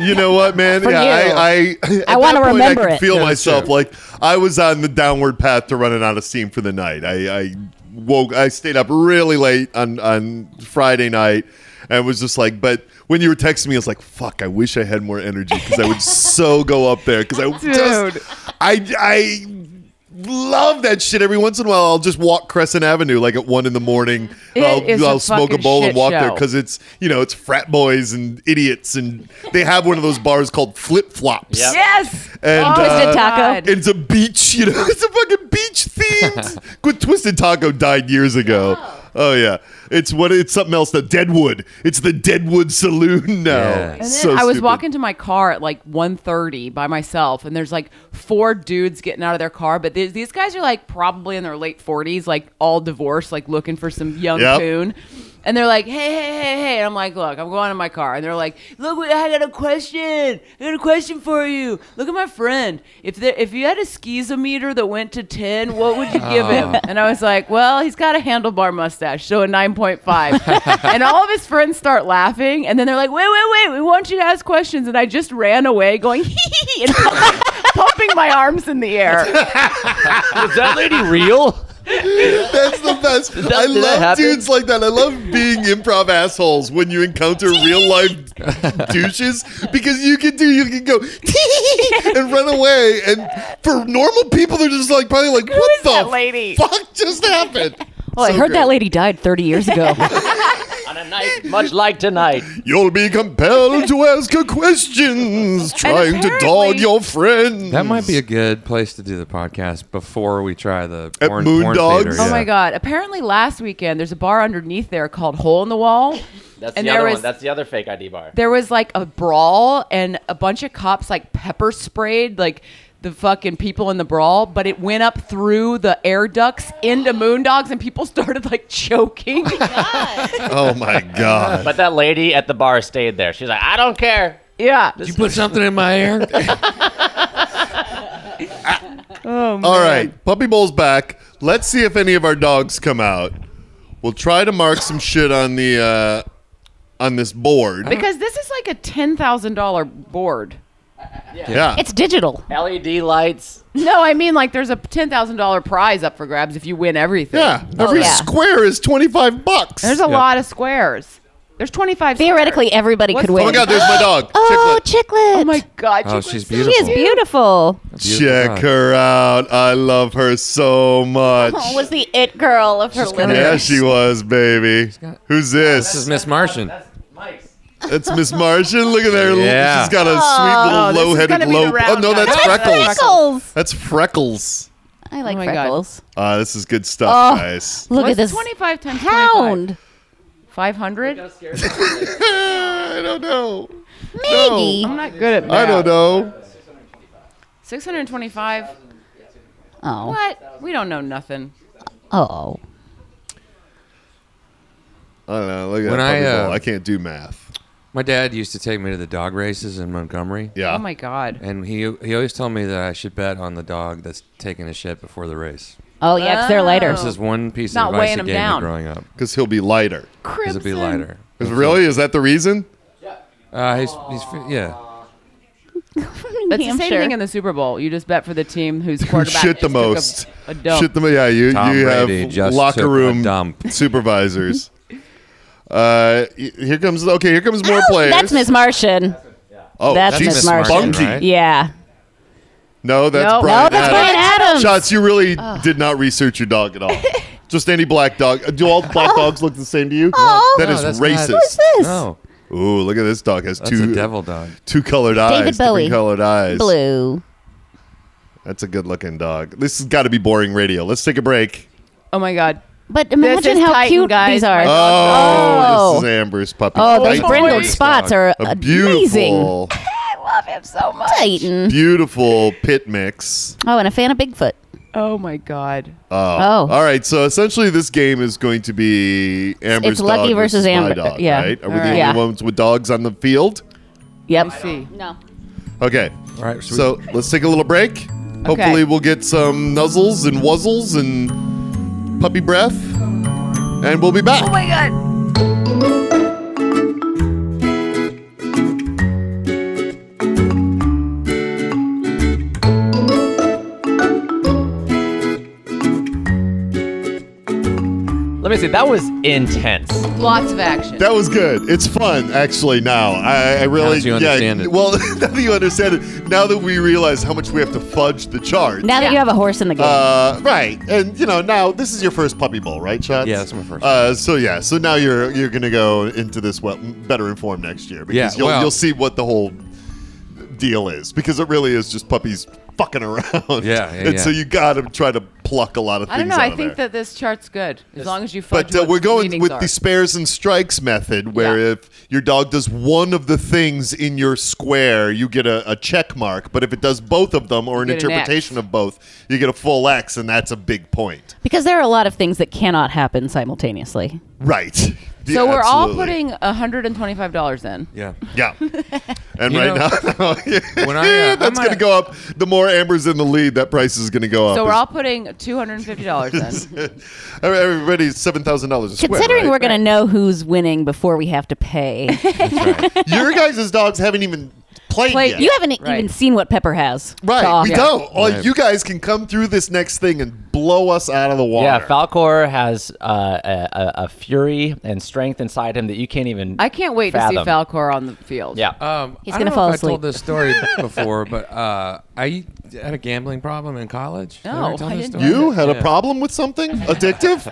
[SPEAKER 1] you know what, man? yeah,
[SPEAKER 5] you.
[SPEAKER 1] I, I, at
[SPEAKER 5] I wanna
[SPEAKER 1] that point,
[SPEAKER 5] remember
[SPEAKER 1] I could
[SPEAKER 5] it.
[SPEAKER 1] Feel
[SPEAKER 3] Yeah, that's
[SPEAKER 1] myself
[SPEAKER 3] true.
[SPEAKER 1] like I was on the downward path to running out of steam for the night. I, I woke. I stayed up really late on on Friday night, and was just like, but. When you were texting me, I was like, "Fuck! I wish I had more energy because I would so go up there because I just,
[SPEAKER 2] Dude.
[SPEAKER 1] I, I love that shit. Every once in a while, I'll just walk Crescent Avenue like at one in the morning.
[SPEAKER 2] It
[SPEAKER 1] I'll,
[SPEAKER 2] is a
[SPEAKER 1] I'll smoke a
[SPEAKER 2] fucking
[SPEAKER 1] bowl and
[SPEAKER 2] shit
[SPEAKER 1] walk there
[SPEAKER 2] show.
[SPEAKER 1] because it's you know it's frat boys and idiots and they have one of those bars called Flip Flops.
[SPEAKER 4] Yep.
[SPEAKER 2] Yes.
[SPEAKER 1] And,
[SPEAKER 2] Oh,
[SPEAKER 1] Twisted
[SPEAKER 2] my
[SPEAKER 5] Taco.
[SPEAKER 2] God.
[SPEAKER 1] It's a beach, you know. It's a fucking beach themed. Good Twisted Taco died years ago. Oh yeah, it's what it's something else. The Deadwood. It's the Deadwood Saloon now.
[SPEAKER 3] Yeah.
[SPEAKER 2] And
[SPEAKER 3] And then
[SPEAKER 2] then
[SPEAKER 1] So
[SPEAKER 2] I was
[SPEAKER 1] stupid.
[SPEAKER 2] walking to my car at like 1.30 by myself, and there's like four dudes getting out of their car, but these, these guys are like probably in their late 40s, like all divorced, like looking for some young
[SPEAKER 1] Yep.
[SPEAKER 2] coon. And they're like, hey, hey, hey, hey. And I'm like, look, I'm going to my car. And they're like, look, wait, I got a question. I got a question for you. Look at my friend. If there, if you had a schizometer that went to 10, what would you give him? And I was like, well, he's got a handlebar mustache, so a 9.5. and all of his friends start laughing. And then they're like, wait, wait, wait, we want you to ask questions. And I just ran away going, hee hee, and pumping my arms in the air.
[SPEAKER 4] Is that lady real?
[SPEAKER 1] That's the best. I
[SPEAKER 4] did that
[SPEAKER 1] love
[SPEAKER 4] happen?
[SPEAKER 1] dudes like that. I love being improv assholes when you encounter real life douches because you can do you can go and run away. And for normal people, they're just like probably like, what
[SPEAKER 2] is
[SPEAKER 1] the
[SPEAKER 2] that lady?" Oh,
[SPEAKER 1] fuck just happened?
[SPEAKER 5] Well, I
[SPEAKER 1] So
[SPEAKER 5] heard
[SPEAKER 1] great.
[SPEAKER 5] that lady died 30 years ago.
[SPEAKER 4] On a night much like tonight.
[SPEAKER 1] You'll be compelled to ask her questions, trying to dog
[SPEAKER 2] apparently-
[SPEAKER 1] your friends.
[SPEAKER 3] that might be a good place to do the podcast before we try the
[SPEAKER 1] At
[SPEAKER 3] porn,
[SPEAKER 1] Moon
[SPEAKER 3] porn
[SPEAKER 1] Dogs?
[SPEAKER 3] theater,
[SPEAKER 2] Oh
[SPEAKER 3] yeah.
[SPEAKER 2] my God. Apparently, last weekend, there's a bar underneath there called Hole in the Wall.
[SPEAKER 4] That's
[SPEAKER 2] And
[SPEAKER 4] the
[SPEAKER 2] there
[SPEAKER 4] other
[SPEAKER 2] was-
[SPEAKER 4] one. That's the other fake ID bar.
[SPEAKER 2] there was like a brawl and a bunch of cops like pepper sprayed like the fucking people in the brawl, but it went up through the air ducts into moondogs, and people started like choking.
[SPEAKER 1] Oh my god.
[SPEAKER 7] But that lady at the bar stayed there. She's like, I don't care.
[SPEAKER 2] yeah.
[SPEAKER 3] You put something in my hair?
[SPEAKER 1] All right, Puppy Bowl's back. Let's see if any of our dogs come out. We'll try to mark some shit on the uh, on this board.
[SPEAKER 2] Because this is like a ten thousand dollar board.
[SPEAKER 1] yeah.
[SPEAKER 5] It's digital.
[SPEAKER 4] E
[SPEAKER 7] LED lights.
[SPEAKER 2] No, I mean like there's a ten thousand dollar prize up for grabs if you win everything.
[SPEAKER 1] yeah. Every
[SPEAKER 5] yeah.
[SPEAKER 1] square is 25 bucks.
[SPEAKER 2] Oh, There's a lot of squares. There's twenty five.
[SPEAKER 5] Theoretically, everybody
[SPEAKER 2] What's-
[SPEAKER 5] could win.
[SPEAKER 1] oh my god, there's my dog.
[SPEAKER 5] Oh,
[SPEAKER 1] Chicklet.
[SPEAKER 5] chiclet.
[SPEAKER 2] Oh my god.
[SPEAKER 3] Oh,
[SPEAKER 2] Chiclet's
[SPEAKER 3] she's
[SPEAKER 2] so
[SPEAKER 5] She
[SPEAKER 3] beautiful.
[SPEAKER 5] is beautiful.
[SPEAKER 1] Check her out. I love her so much.
[SPEAKER 5] Oh, was the it girl of her litter.
[SPEAKER 1] yeah, she was, baby. Who's
[SPEAKER 3] This is
[SPEAKER 1] this?
[SPEAKER 3] Miss Martian.
[SPEAKER 1] That's Miss Martian. Look at her.
[SPEAKER 3] Yeah.
[SPEAKER 1] She's got a sweet
[SPEAKER 2] Oh,
[SPEAKER 1] little
[SPEAKER 2] this is
[SPEAKER 1] low-headed
[SPEAKER 2] gonna be the
[SPEAKER 1] low. Oh
[SPEAKER 2] round
[SPEAKER 1] no,
[SPEAKER 2] one.
[SPEAKER 1] that's
[SPEAKER 2] That's
[SPEAKER 1] freckles.
[SPEAKER 5] Freckles.
[SPEAKER 1] That's freckles.
[SPEAKER 5] I like
[SPEAKER 2] my God.
[SPEAKER 5] freckles.
[SPEAKER 1] Uh, this is good stuff,
[SPEAKER 5] Oh.
[SPEAKER 1] guys.
[SPEAKER 5] Look
[SPEAKER 2] What's
[SPEAKER 5] at this
[SPEAKER 2] twenty five times
[SPEAKER 5] hound,
[SPEAKER 2] Five hundred.
[SPEAKER 1] I don't know.
[SPEAKER 5] Maggie.
[SPEAKER 2] I'm not good at
[SPEAKER 1] I
[SPEAKER 2] math.
[SPEAKER 1] don't know.
[SPEAKER 2] Six hundred twenty five.
[SPEAKER 5] Oh,
[SPEAKER 2] What? We don't know nothing.
[SPEAKER 5] oh.
[SPEAKER 1] I don't know. Look at
[SPEAKER 3] When
[SPEAKER 1] that puppy
[SPEAKER 3] I, uh,
[SPEAKER 1] bowl. I can't do math.
[SPEAKER 3] My dad used to take me to the dog races in Montgomery.
[SPEAKER 1] Yeah.
[SPEAKER 2] Oh my god.
[SPEAKER 3] And he he always told me that I should bet on the dog that's taking a shit before the race.
[SPEAKER 5] Oh yeah, 'cause they're lighter.
[SPEAKER 3] This is one piece
[SPEAKER 2] Not
[SPEAKER 3] of advice
[SPEAKER 2] weighing
[SPEAKER 3] he
[SPEAKER 2] him
[SPEAKER 3] gave
[SPEAKER 2] down.
[SPEAKER 3] me growing up.
[SPEAKER 1] Because he'll be lighter.
[SPEAKER 3] Is it be lighter?
[SPEAKER 1] Is- Really? Is that the reason?
[SPEAKER 3] Uh, he's, he's fi- yeah.
[SPEAKER 2] That's the
[SPEAKER 5] Hampshire.
[SPEAKER 2] same thing in the Super Bowl. You just bet for the team whose quarterback
[SPEAKER 1] shit the
[SPEAKER 2] took a-
[SPEAKER 1] most.
[SPEAKER 2] A, dump.
[SPEAKER 1] Shit, the yeah, you
[SPEAKER 3] Tom
[SPEAKER 1] you
[SPEAKER 3] Brady
[SPEAKER 1] have
[SPEAKER 3] just took
[SPEAKER 1] locker
[SPEAKER 3] a
[SPEAKER 1] room
[SPEAKER 3] dump.
[SPEAKER 1] supervisors. uh, y- here comes okay. Here comes more
[SPEAKER 5] Oh,
[SPEAKER 1] players.
[SPEAKER 5] That's Miss Martian.
[SPEAKER 1] Oh,
[SPEAKER 5] that's
[SPEAKER 1] she's
[SPEAKER 5] Miss Martian.
[SPEAKER 1] spunky.
[SPEAKER 3] Right?
[SPEAKER 5] Yeah.
[SPEAKER 1] No, that's
[SPEAKER 2] No.
[SPEAKER 1] Brian.
[SPEAKER 5] No, that's
[SPEAKER 1] Adams.
[SPEAKER 5] Brian Adams.
[SPEAKER 1] Shots, you really did not research your dog at all. Just any black dog. Uh, Do all black dogs look the same to you?
[SPEAKER 5] Oh.
[SPEAKER 1] That
[SPEAKER 3] No,
[SPEAKER 1] is
[SPEAKER 3] that's not-
[SPEAKER 1] racist.
[SPEAKER 5] This
[SPEAKER 3] No,
[SPEAKER 1] Ooh, look at this dog has
[SPEAKER 3] that's
[SPEAKER 1] two
[SPEAKER 3] a devil dog.
[SPEAKER 1] two colored
[SPEAKER 5] David
[SPEAKER 1] eyes, different
[SPEAKER 5] Bowie.
[SPEAKER 1] colored eyes.
[SPEAKER 5] blue.
[SPEAKER 1] That's a good looking dog. This has got to be boring radio. Let's take a break.
[SPEAKER 2] Oh my god.
[SPEAKER 5] But imagine
[SPEAKER 2] is
[SPEAKER 5] how
[SPEAKER 2] Titan,
[SPEAKER 5] cute
[SPEAKER 2] guys.
[SPEAKER 5] these are.
[SPEAKER 2] My
[SPEAKER 5] Oh,
[SPEAKER 1] Oh,
[SPEAKER 5] Oh.
[SPEAKER 1] this is Amber's puppy.
[SPEAKER 5] those
[SPEAKER 1] Titan.
[SPEAKER 5] brindled spots are
[SPEAKER 1] A
[SPEAKER 5] amazing.
[SPEAKER 1] beautiful,
[SPEAKER 5] Titan.
[SPEAKER 1] beautiful pit mix.
[SPEAKER 5] Oh, and a fan of Bigfoot.
[SPEAKER 2] Oh my god.
[SPEAKER 5] Oh.
[SPEAKER 1] All right, so essentially this game is going to be Amber's
[SPEAKER 5] It's Lucky
[SPEAKER 1] dog
[SPEAKER 5] versus
[SPEAKER 1] my
[SPEAKER 5] Amber.
[SPEAKER 1] dog,
[SPEAKER 5] Yeah.
[SPEAKER 1] right? Are we
[SPEAKER 2] All
[SPEAKER 1] the
[SPEAKER 2] right.
[SPEAKER 1] only ones with dogs on the field?
[SPEAKER 5] Yep.
[SPEAKER 2] I see.
[SPEAKER 5] No.
[SPEAKER 1] Okay.
[SPEAKER 3] All right, so,
[SPEAKER 1] So let's take a little break. Hopefully, we'll get some nuzzles and wuzzles and puppy breath, and we'll be back.
[SPEAKER 4] Let me see. That was intense.
[SPEAKER 2] Lots of action.
[SPEAKER 1] That was good. It's fun, actually. Now I, I really
[SPEAKER 3] that you
[SPEAKER 1] yeah,
[SPEAKER 3] understand it.
[SPEAKER 1] Well, now that you understand it, now that we realize how much we have to fudge the chart.
[SPEAKER 5] Now that you have a horse in the game.
[SPEAKER 1] Uh, right, and you know now this is your first puppy bowl, right, Shots?
[SPEAKER 3] Yeah, that's my first.
[SPEAKER 1] Uh, so yeah, so now you're you're gonna go into this well, better informed next year because
[SPEAKER 3] Yeah,
[SPEAKER 1] you'll
[SPEAKER 3] well-
[SPEAKER 1] you'll see what the whole deal is because it really is just puppies fucking around.
[SPEAKER 3] Yeah, yeah,
[SPEAKER 1] and
[SPEAKER 3] yeah.
[SPEAKER 1] so you gotta try to pluck a lot of
[SPEAKER 2] I
[SPEAKER 1] things.
[SPEAKER 2] don't know.
[SPEAKER 1] Out
[SPEAKER 2] I
[SPEAKER 1] of
[SPEAKER 2] think
[SPEAKER 1] there.
[SPEAKER 2] that this chart's good as long as you. fudge
[SPEAKER 1] But uh,
[SPEAKER 2] what
[SPEAKER 1] we're
[SPEAKER 2] the
[SPEAKER 1] going
[SPEAKER 2] meanings
[SPEAKER 1] with
[SPEAKER 2] are.
[SPEAKER 1] the spares and strikes method, where
[SPEAKER 2] Yeah.
[SPEAKER 1] if your dog does one of the things in your square, you get a, a check mark. But if it does both of them or an
[SPEAKER 2] get an X.
[SPEAKER 1] interpretation of both, you get a full X, and that's a big point.
[SPEAKER 5] because there are a lot of things that cannot happen simultaneously.
[SPEAKER 1] Right.
[SPEAKER 2] So
[SPEAKER 1] Yeah,
[SPEAKER 2] we're all
[SPEAKER 1] absolutely.
[SPEAKER 2] putting hundred and twenty five dollars in.
[SPEAKER 3] yeah.
[SPEAKER 1] Yeah. And
[SPEAKER 3] You
[SPEAKER 1] right
[SPEAKER 3] know,
[SPEAKER 1] now,
[SPEAKER 3] when I, uh,
[SPEAKER 1] that's
[SPEAKER 3] I'm
[SPEAKER 1] going to
[SPEAKER 3] a-
[SPEAKER 1] go up. The more Amber's in the lead, that price is going to go up.
[SPEAKER 2] So we're all putting two hundred and fifty dollars in.
[SPEAKER 1] Everybody's $7,000 a square.
[SPEAKER 5] Considering
[SPEAKER 1] right?
[SPEAKER 5] we're going to know who's winning before we have to pay.
[SPEAKER 1] Your guys' dogs haven't even played
[SPEAKER 2] Played
[SPEAKER 1] yet.
[SPEAKER 5] you haven't
[SPEAKER 2] Right.
[SPEAKER 5] even seen what Pepper has. to
[SPEAKER 1] Right, we
[SPEAKER 5] offer.
[SPEAKER 1] don't. All
[SPEAKER 3] Right.
[SPEAKER 1] you guys can come through this next thing and blow us out of the water.
[SPEAKER 4] Yeah, Falcor has uh, a, a, a fury and strength inside him that you can't even.
[SPEAKER 2] I can't wait to
[SPEAKER 4] fathom.
[SPEAKER 2] see Falcor on the field.
[SPEAKER 4] Yeah.
[SPEAKER 3] Um,
[SPEAKER 5] He's
[SPEAKER 3] I
[SPEAKER 5] gonna
[SPEAKER 3] don't know
[SPEAKER 5] fall
[SPEAKER 3] if I
[SPEAKER 5] asleep.
[SPEAKER 3] told this story before, but uh, I had a gambling problem in college. Did
[SPEAKER 2] No,
[SPEAKER 3] ever tell
[SPEAKER 2] I
[SPEAKER 3] this
[SPEAKER 2] didn't
[SPEAKER 3] story?
[SPEAKER 1] you had a
[SPEAKER 3] Yeah.
[SPEAKER 1] problem with something addictive.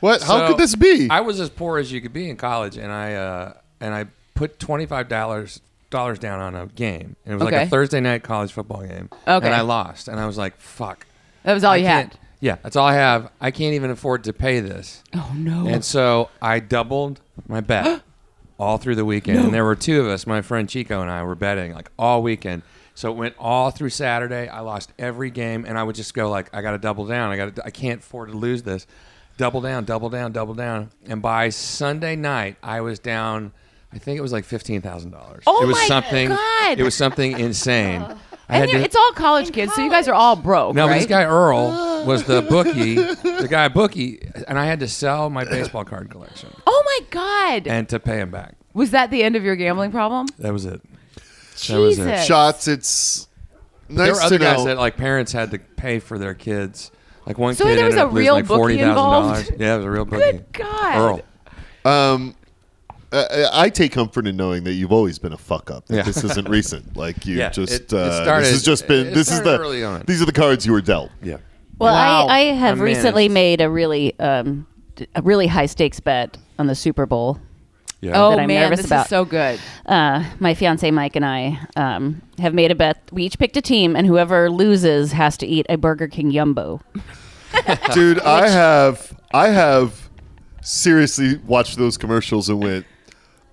[SPEAKER 1] What? How
[SPEAKER 3] So,
[SPEAKER 1] could this be?
[SPEAKER 3] I was as poor as you could be in college, and I uh, and I put twenty five dollars dollars down on a game, and it was like
[SPEAKER 2] Okay.
[SPEAKER 3] a Thursday night college football game.
[SPEAKER 2] Okay.
[SPEAKER 3] and I lost, and I was like, "Fuck."
[SPEAKER 2] That was all
[SPEAKER 3] I
[SPEAKER 2] you
[SPEAKER 3] can't-
[SPEAKER 2] had.
[SPEAKER 3] Yeah, that's all I have. I can't even afford to pay this. Oh no! And so I doubled my bet all through the weekend, and there were two of us. My friend Chico and I were betting like all weekend. So it went all through Saturday. I lost every game, and I would just go like, I got to double down. I got to. I can't afford to lose this. Double down, double down, double down. And by Sunday night, I was down. I think it was like fifteen thousand dollars.
[SPEAKER 2] Oh
[SPEAKER 3] it was
[SPEAKER 2] my
[SPEAKER 3] something.
[SPEAKER 2] God.
[SPEAKER 3] It was something insane. I
[SPEAKER 2] And they're- it's all college kids, so you guys are all broke,
[SPEAKER 3] no, but
[SPEAKER 2] right?
[SPEAKER 3] this guy Earl was the bookie, the guy bookie, and I had to sell my baseball card collection
[SPEAKER 2] oh my God!
[SPEAKER 3] and to pay him back.
[SPEAKER 2] was that the end of your gambling problem?
[SPEAKER 3] That was it. That was it.
[SPEAKER 2] Jesus.
[SPEAKER 1] Shots. It's
[SPEAKER 3] There were
[SPEAKER 1] nice
[SPEAKER 3] other
[SPEAKER 1] to
[SPEAKER 3] guys
[SPEAKER 1] know.
[SPEAKER 3] that like parents had to pay for their kids. Like one
[SPEAKER 2] So
[SPEAKER 3] kid
[SPEAKER 2] there was
[SPEAKER 3] ended
[SPEAKER 2] a
[SPEAKER 3] up losing
[SPEAKER 2] real
[SPEAKER 3] like
[SPEAKER 2] bookie
[SPEAKER 3] forty thousand dollars.
[SPEAKER 2] involved?
[SPEAKER 3] Yeah, it was a real bookie.
[SPEAKER 2] God.
[SPEAKER 3] Earl.
[SPEAKER 1] um, I, uh, I take comfort in knowing that you've always been a fuck up. that
[SPEAKER 3] Yeah.
[SPEAKER 1] This isn't recent. Like you
[SPEAKER 3] Yeah,
[SPEAKER 1] just
[SPEAKER 3] it- it
[SPEAKER 1] uh,
[SPEAKER 3] started-
[SPEAKER 1] this has just been.
[SPEAKER 3] it
[SPEAKER 1] This is
[SPEAKER 3] started
[SPEAKER 1] the
[SPEAKER 3] early on.
[SPEAKER 1] these are the cards you were dealt.
[SPEAKER 3] Yeah.
[SPEAKER 5] Well,
[SPEAKER 2] Wow.
[SPEAKER 5] I, I have
[SPEAKER 3] I managed.
[SPEAKER 5] recently made a really um, d- a really high stakes bet on the Super Bowl.
[SPEAKER 3] Yeah.
[SPEAKER 2] Oh
[SPEAKER 5] That I'm
[SPEAKER 2] man,
[SPEAKER 5] nervous
[SPEAKER 2] this
[SPEAKER 5] about.
[SPEAKER 2] is so good.
[SPEAKER 5] Uh, my fiance Mike and I um, have made a bet. We each picked a team, and whoever loses has to eat a Burger King Yumbo.
[SPEAKER 1] dude i have i have seriously watched those commercials and went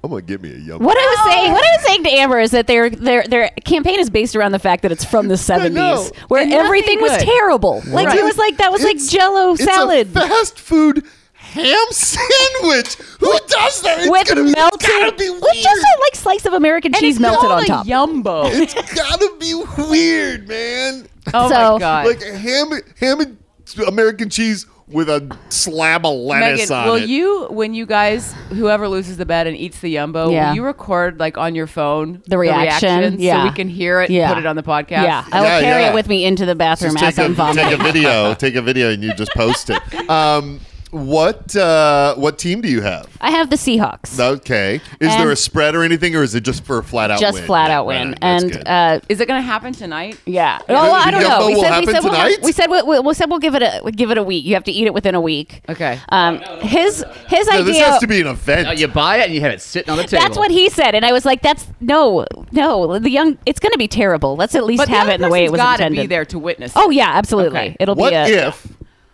[SPEAKER 1] i'm gonna get me a yum
[SPEAKER 5] What I was saying, what I was saying to Amber is that their their their campaign is based around the fact that it's from the
[SPEAKER 1] know.
[SPEAKER 5] seventies, where
[SPEAKER 2] And nothing
[SPEAKER 5] everything was
[SPEAKER 2] good.
[SPEAKER 5] terrible. Like
[SPEAKER 1] Right.
[SPEAKER 5] it was like that was
[SPEAKER 1] It's-
[SPEAKER 5] like Jello
[SPEAKER 1] it's
[SPEAKER 5] salad
[SPEAKER 1] a fast food ham sandwich who does that it's
[SPEAKER 5] with
[SPEAKER 1] gonna be, it's gotta
[SPEAKER 5] melted,
[SPEAKER 1] be
[SPEAKER 5] with just
[SPEAKER 1] weird
[SPEAKER 5] a like slice of American cheese melted on top.
[SPEAKER 2] Yumbo.
[SPEAKER 1] it's gotta be weird man
[SPEAKER 2] oh my
[SPEAKER 5] So-
[SPEAKER 2] god.
[SPEAKER 1] like ham ham and american cheese with a slab of lettuce
[SPEAKER 2] Megan,
[SPEAKER 1] on
[SPEAKER 2] will
[SPEAKER 1] it
[SPEAKER 2] you, when you guys, whoever loses the bet and eats the yumbo,
[SPEAKER 5] Yeah.
[SPEAKER 2] will you record like on your phone
[SPEAKER 5] The reaction,
[SPEAKER 2] reactions
[SPEAKER 5] yeah.
[SPEAKER 2] so we can hear it
[SPEAKER 5] Yeah.
[SPEAKER 2] and put it on the podcast?
[SPEAKER 5] Yeah, I will
[SPEAKER 1] Yeah,
[SPEAKER 5] carry
[SPEAKER 1] yeah.
[SPEAKER 5] it with me into the bathroom
[SPEAKER 1] Just
[SPEAKER 5] as I'm
[SPEAKER 1] take a,
[SPEAKER 5] vomiting.
[SPEAKER 1] take a video take a video and you just post it um what uh what team do you have
[SPEAKER 5] I have the Seahawks.
[SPEAKER 1] Okay. Is
[SPEAKER 5] And-
[SPEAKER 1] there a spread or anything, or is it just for a flat out
[SPEAKER 5] just
[SPEAKER 1] win?
[SPEAKER 5] flat
[SPEAKER 1] Yeah,
[SPEAKER 5] out win,
[SPEAKER 1] right, that's
[SPEAKER 5] and
[SPEAKER 1] good.
[SPEAKER 5] uh,
[SPEAKER 2] Is it going to happen tonight?
[SPEAKER 5] yeah. Oh, I don't
[SPEAKER 1] the
[SPEAKER 5] know.
[SPEAKER 1] Yumbo
[SPEAKER 5] We
[SPEAKER 1] will
[SPEAKER 5] said, we
[SPEAKER 1] happen
[SPEAKER 5] said, we'll,
[SPEAKER 1] tonight?
[SPEAKER 5] have, we said we, we, we said we'll give it a we give it a week. You have to eat it within a week.
[SPEAKER 2] Okay.
[SPEAKER 5] Um, his his
[SPEAKER 1] No,
[SPEAKER 5] idea.
[SPEAKER 1] this has to be an event.
[SPEAKER 6] Now you buy it and you have it sitting on the table.
[SPEAKER 5] That's what he said, and I was like, "That's no, no. The young, it's going to be terrible. Let's at least
[SPEAKER 2] But
[SPEAKER 5] have
[SPEAKER 2] the
[SPEAKER 5] it in the way it was
[SPEAKER 2] got
[SPEAKER 5] intended."
[SPEAKER 2] to be there to witness. it.
[SPEAKER 5] Oh yeah, absolutely.
[SPEAKER 2] Okay.
[SPEAKER 5] It'll
[SPEAKER 1] what
[SPEAKER 5] be a.
[SPEAKER 1] if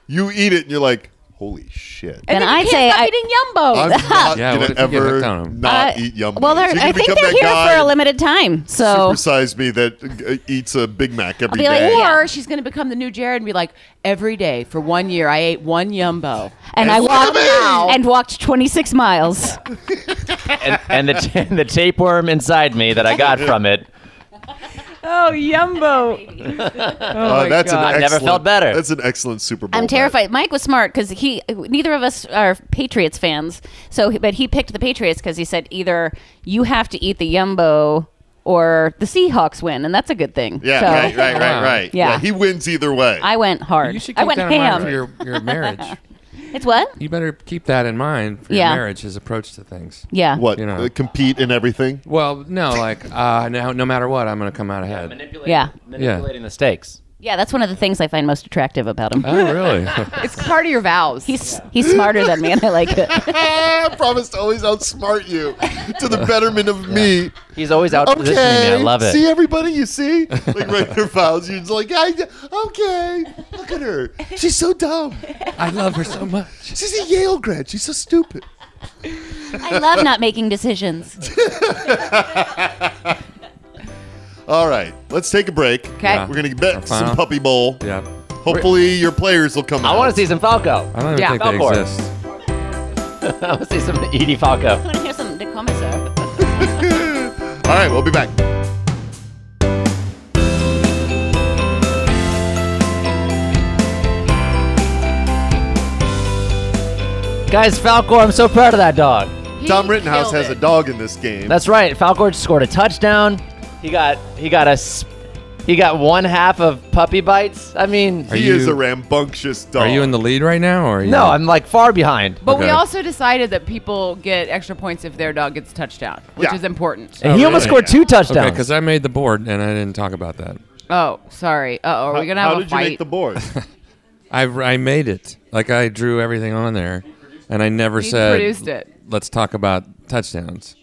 [SPEAKER 1] you eat it and you're like, holy shit.
[SPEAKER 2] then
[SPEAKER 5] And
[SPEAKER 2] you
[SPEAKER 5] I'd
[SPEAKER 2] can't
[SPEAKER 5] say
[SPEAKER 2] stop
[SPEAKER 5] I-
[SPEAKER 2] eating yumbo.
[SPEAKER 1] I'm not
[SPEAKER 3] Yeah,
[SPEAKER 1] going
[SPEAKER 3] what if
[SPEAKER 1] to
[SPEAKER 3] you get
[SPEAKER 1] ever
[SPEAKER 3] hooked on 'em?
[SPEAKER 1] not
[SPEAKER 5] Uh,
[SPEAKER 1] eat yum.
[SPEAKER 5] Well, they're, I think they're here for a limited time, so
[SPEAKER 1] Supersize me that uh, eats a Big Mac every
[SPEAKER 5] be like,
[SPEAKER 1] day. Uh,
[SPEAKER 5] "What?"
[SPEAKER 2] or she's going to become the new Jared and be like, every day for one year, I ate one yumbo.
[SPEAKER 5] and I
[SPEAKER 1] It's
[SPEAKER 5] walked
[SPEAKER 1] coming!
[SPEAKER 5] and walked 26 miles.
[SPEAKER 4] and, and the t- the tapeworm inside me that I got from it.
[SPEAKER 2] Oh, yumbo.
[SPEAKER 3] Oh
[SPEAKER 1] Uh, that's
[SPEAKER 2] God.
[SPEAKER 1] an
[SPEAKER 4] I've never
[SPEAKER 1] excellent-
[SPEAKER 4] felt better.
[SPEAKER 1] That's an excellent Super Bowl.
[SPEAKER 5] I'm
[SPEAKER 1] bet.
[SPEAKER 5] terrified. Mike was smart because he neither of us are Patriots fans, so but he picked the Patriots because he said either you have to eat the Yumbo or the Seahawks win, and that's a good thing.
[SPEAKER 1] Yeah,
[SPEAKER 5] So,
[SPEAKER 1] right, right, right, right.
[SPEAKER 5] Yeah.
[SPEAKER 1] he wins either way.
[SPEAKER 5] I went hard.
[SPEAKER 3] You should
[SPEAKER 5] I
[SPEAKER 3] keep
[SPEAKER 5] went
[SPEAKER 3] that in mind
[SPEAKER 5] ham.
[SPEAKER 3] for your, your marriage.
[SPEAKER 5] It's what?
[SPEAKER 3] You better keep that in mind for
[SPEAKER 5] Yeah.
[SPEAKER 3] your marriage, his approach to things.
[SPEAKER 5] Yeah.
[SPEAKER 1] what?
[SPEAKER 3] You know.
[SPEAKER 1] uh, compete in everything?
[SPEAKER 3] Well, no, like uh, no, no matter what, I'm gonna come out ahead.
[SPEAKER 4] Manipulating,
[SPEAKER 5] Yeah.
[SPEAKER 4] manipulating the stakes.
[SPEAKER 5] Yeah, that's one of the things I find most attractive about him.
[SPEAKER 3] Oh, really?
[SPEAKER 2] It's part of your vows.
[SPEAKER 5] He's he's smarter than me, and I like it.
[SPEAKER 1] I promise to always outsmart you to the betterment of me.
[SPEAKER 4] He's always out positioning me. I love it.
[SPEAKER 1] See everybody, you see, like regular vows. You're just like, I, okay, look at her. She's so dumb.
[SPEAKER 3] I love her so much.
[SPEAKER 1] She's a Yale grad. She's so stupid.
[SPEAKER 5] I love not making decisions.
[SPEAKER 1] All right, let's take a break.
[SPEAKER 2] 'Kay.
[SPEAKER 1] we're gonna bet
[SPEAKER 3] Our
[SPEAKER 1] some
[SPEAKER 3] final.
[SPEAKER 1] puppy bowl.
[SPEAKER 3] Yeah.
[SPEAKER 1] Hopefully, your players will come.
[SPEAKER 4] I
[SPEAKER 1] out.
[SPEAKER 4] want to see some Falco.
[SPEAKER 3] I don't even
[SPEAKER 2] Yeah.
[SPEAKER 3] think
[SPEAKER 4] Go
[SPEAKER 3] they
[SPEAKER 4] for it.
[SPEAKER 3] exist.
[SPEAKER 4] I want to see some Edie Falco.
[SPEAKER 5] I want to hear some decomissar.
[SPEAKER 1] All right, we'll be back.
[SPEAKER 4] Guys, Falco, I'm so proud of that dog.
[SPEAKER 1] Tom Rittenhouse has a dog in this game.
[SPEAKER 4] That's right. Falco scored a touchdown. He got he got a s- he got one half of puppy bites. I mean,
[SPEAKER 1] he
[SPEAKER 3] Are
[SPEAKER 1] is
[SPEAKER 3] you-
[SPEAKER 1] a rambunctious dog.
[SPEAKER 3] Are you in the lead right now, or are you
[SPEAKER 4] no, I'm like far behind.
[SPEAKER 2] But we
[SPEAKER 3] Okay.
[SPEAKER 2] also decided that people get extra points if their dog gets a touchdown, which
[SPEAKER 1] Yeah.
[SPEAKER 2] is important.
[SPEAKER 4] And he almost
[SPEAKER 1] Oh, really?
[SPEAKER 4] scored two
[SPEAKER 3] Okay,
[SPEAKER 4] touchdowns.
[SPEAKER 3] because I made the board and I didn't talk about that.
[SPEAKER 2] Oh, sorry. Uh oh, are we going to have
[SPEAKER 1] How
[SPEAKER 2] a
[SPEAKER 1] did
[SPEAKER 2] fight?
[SPEAKER 1] you make the board?
[SPEAKER 3] I I made it. Like I drew everything on there, and I never
[SPEAKER 2] You
[SPEAKER 3] said.
[SPEAKER 2] produced it.
[SPEAKER 3] Let's talk about touchdowns.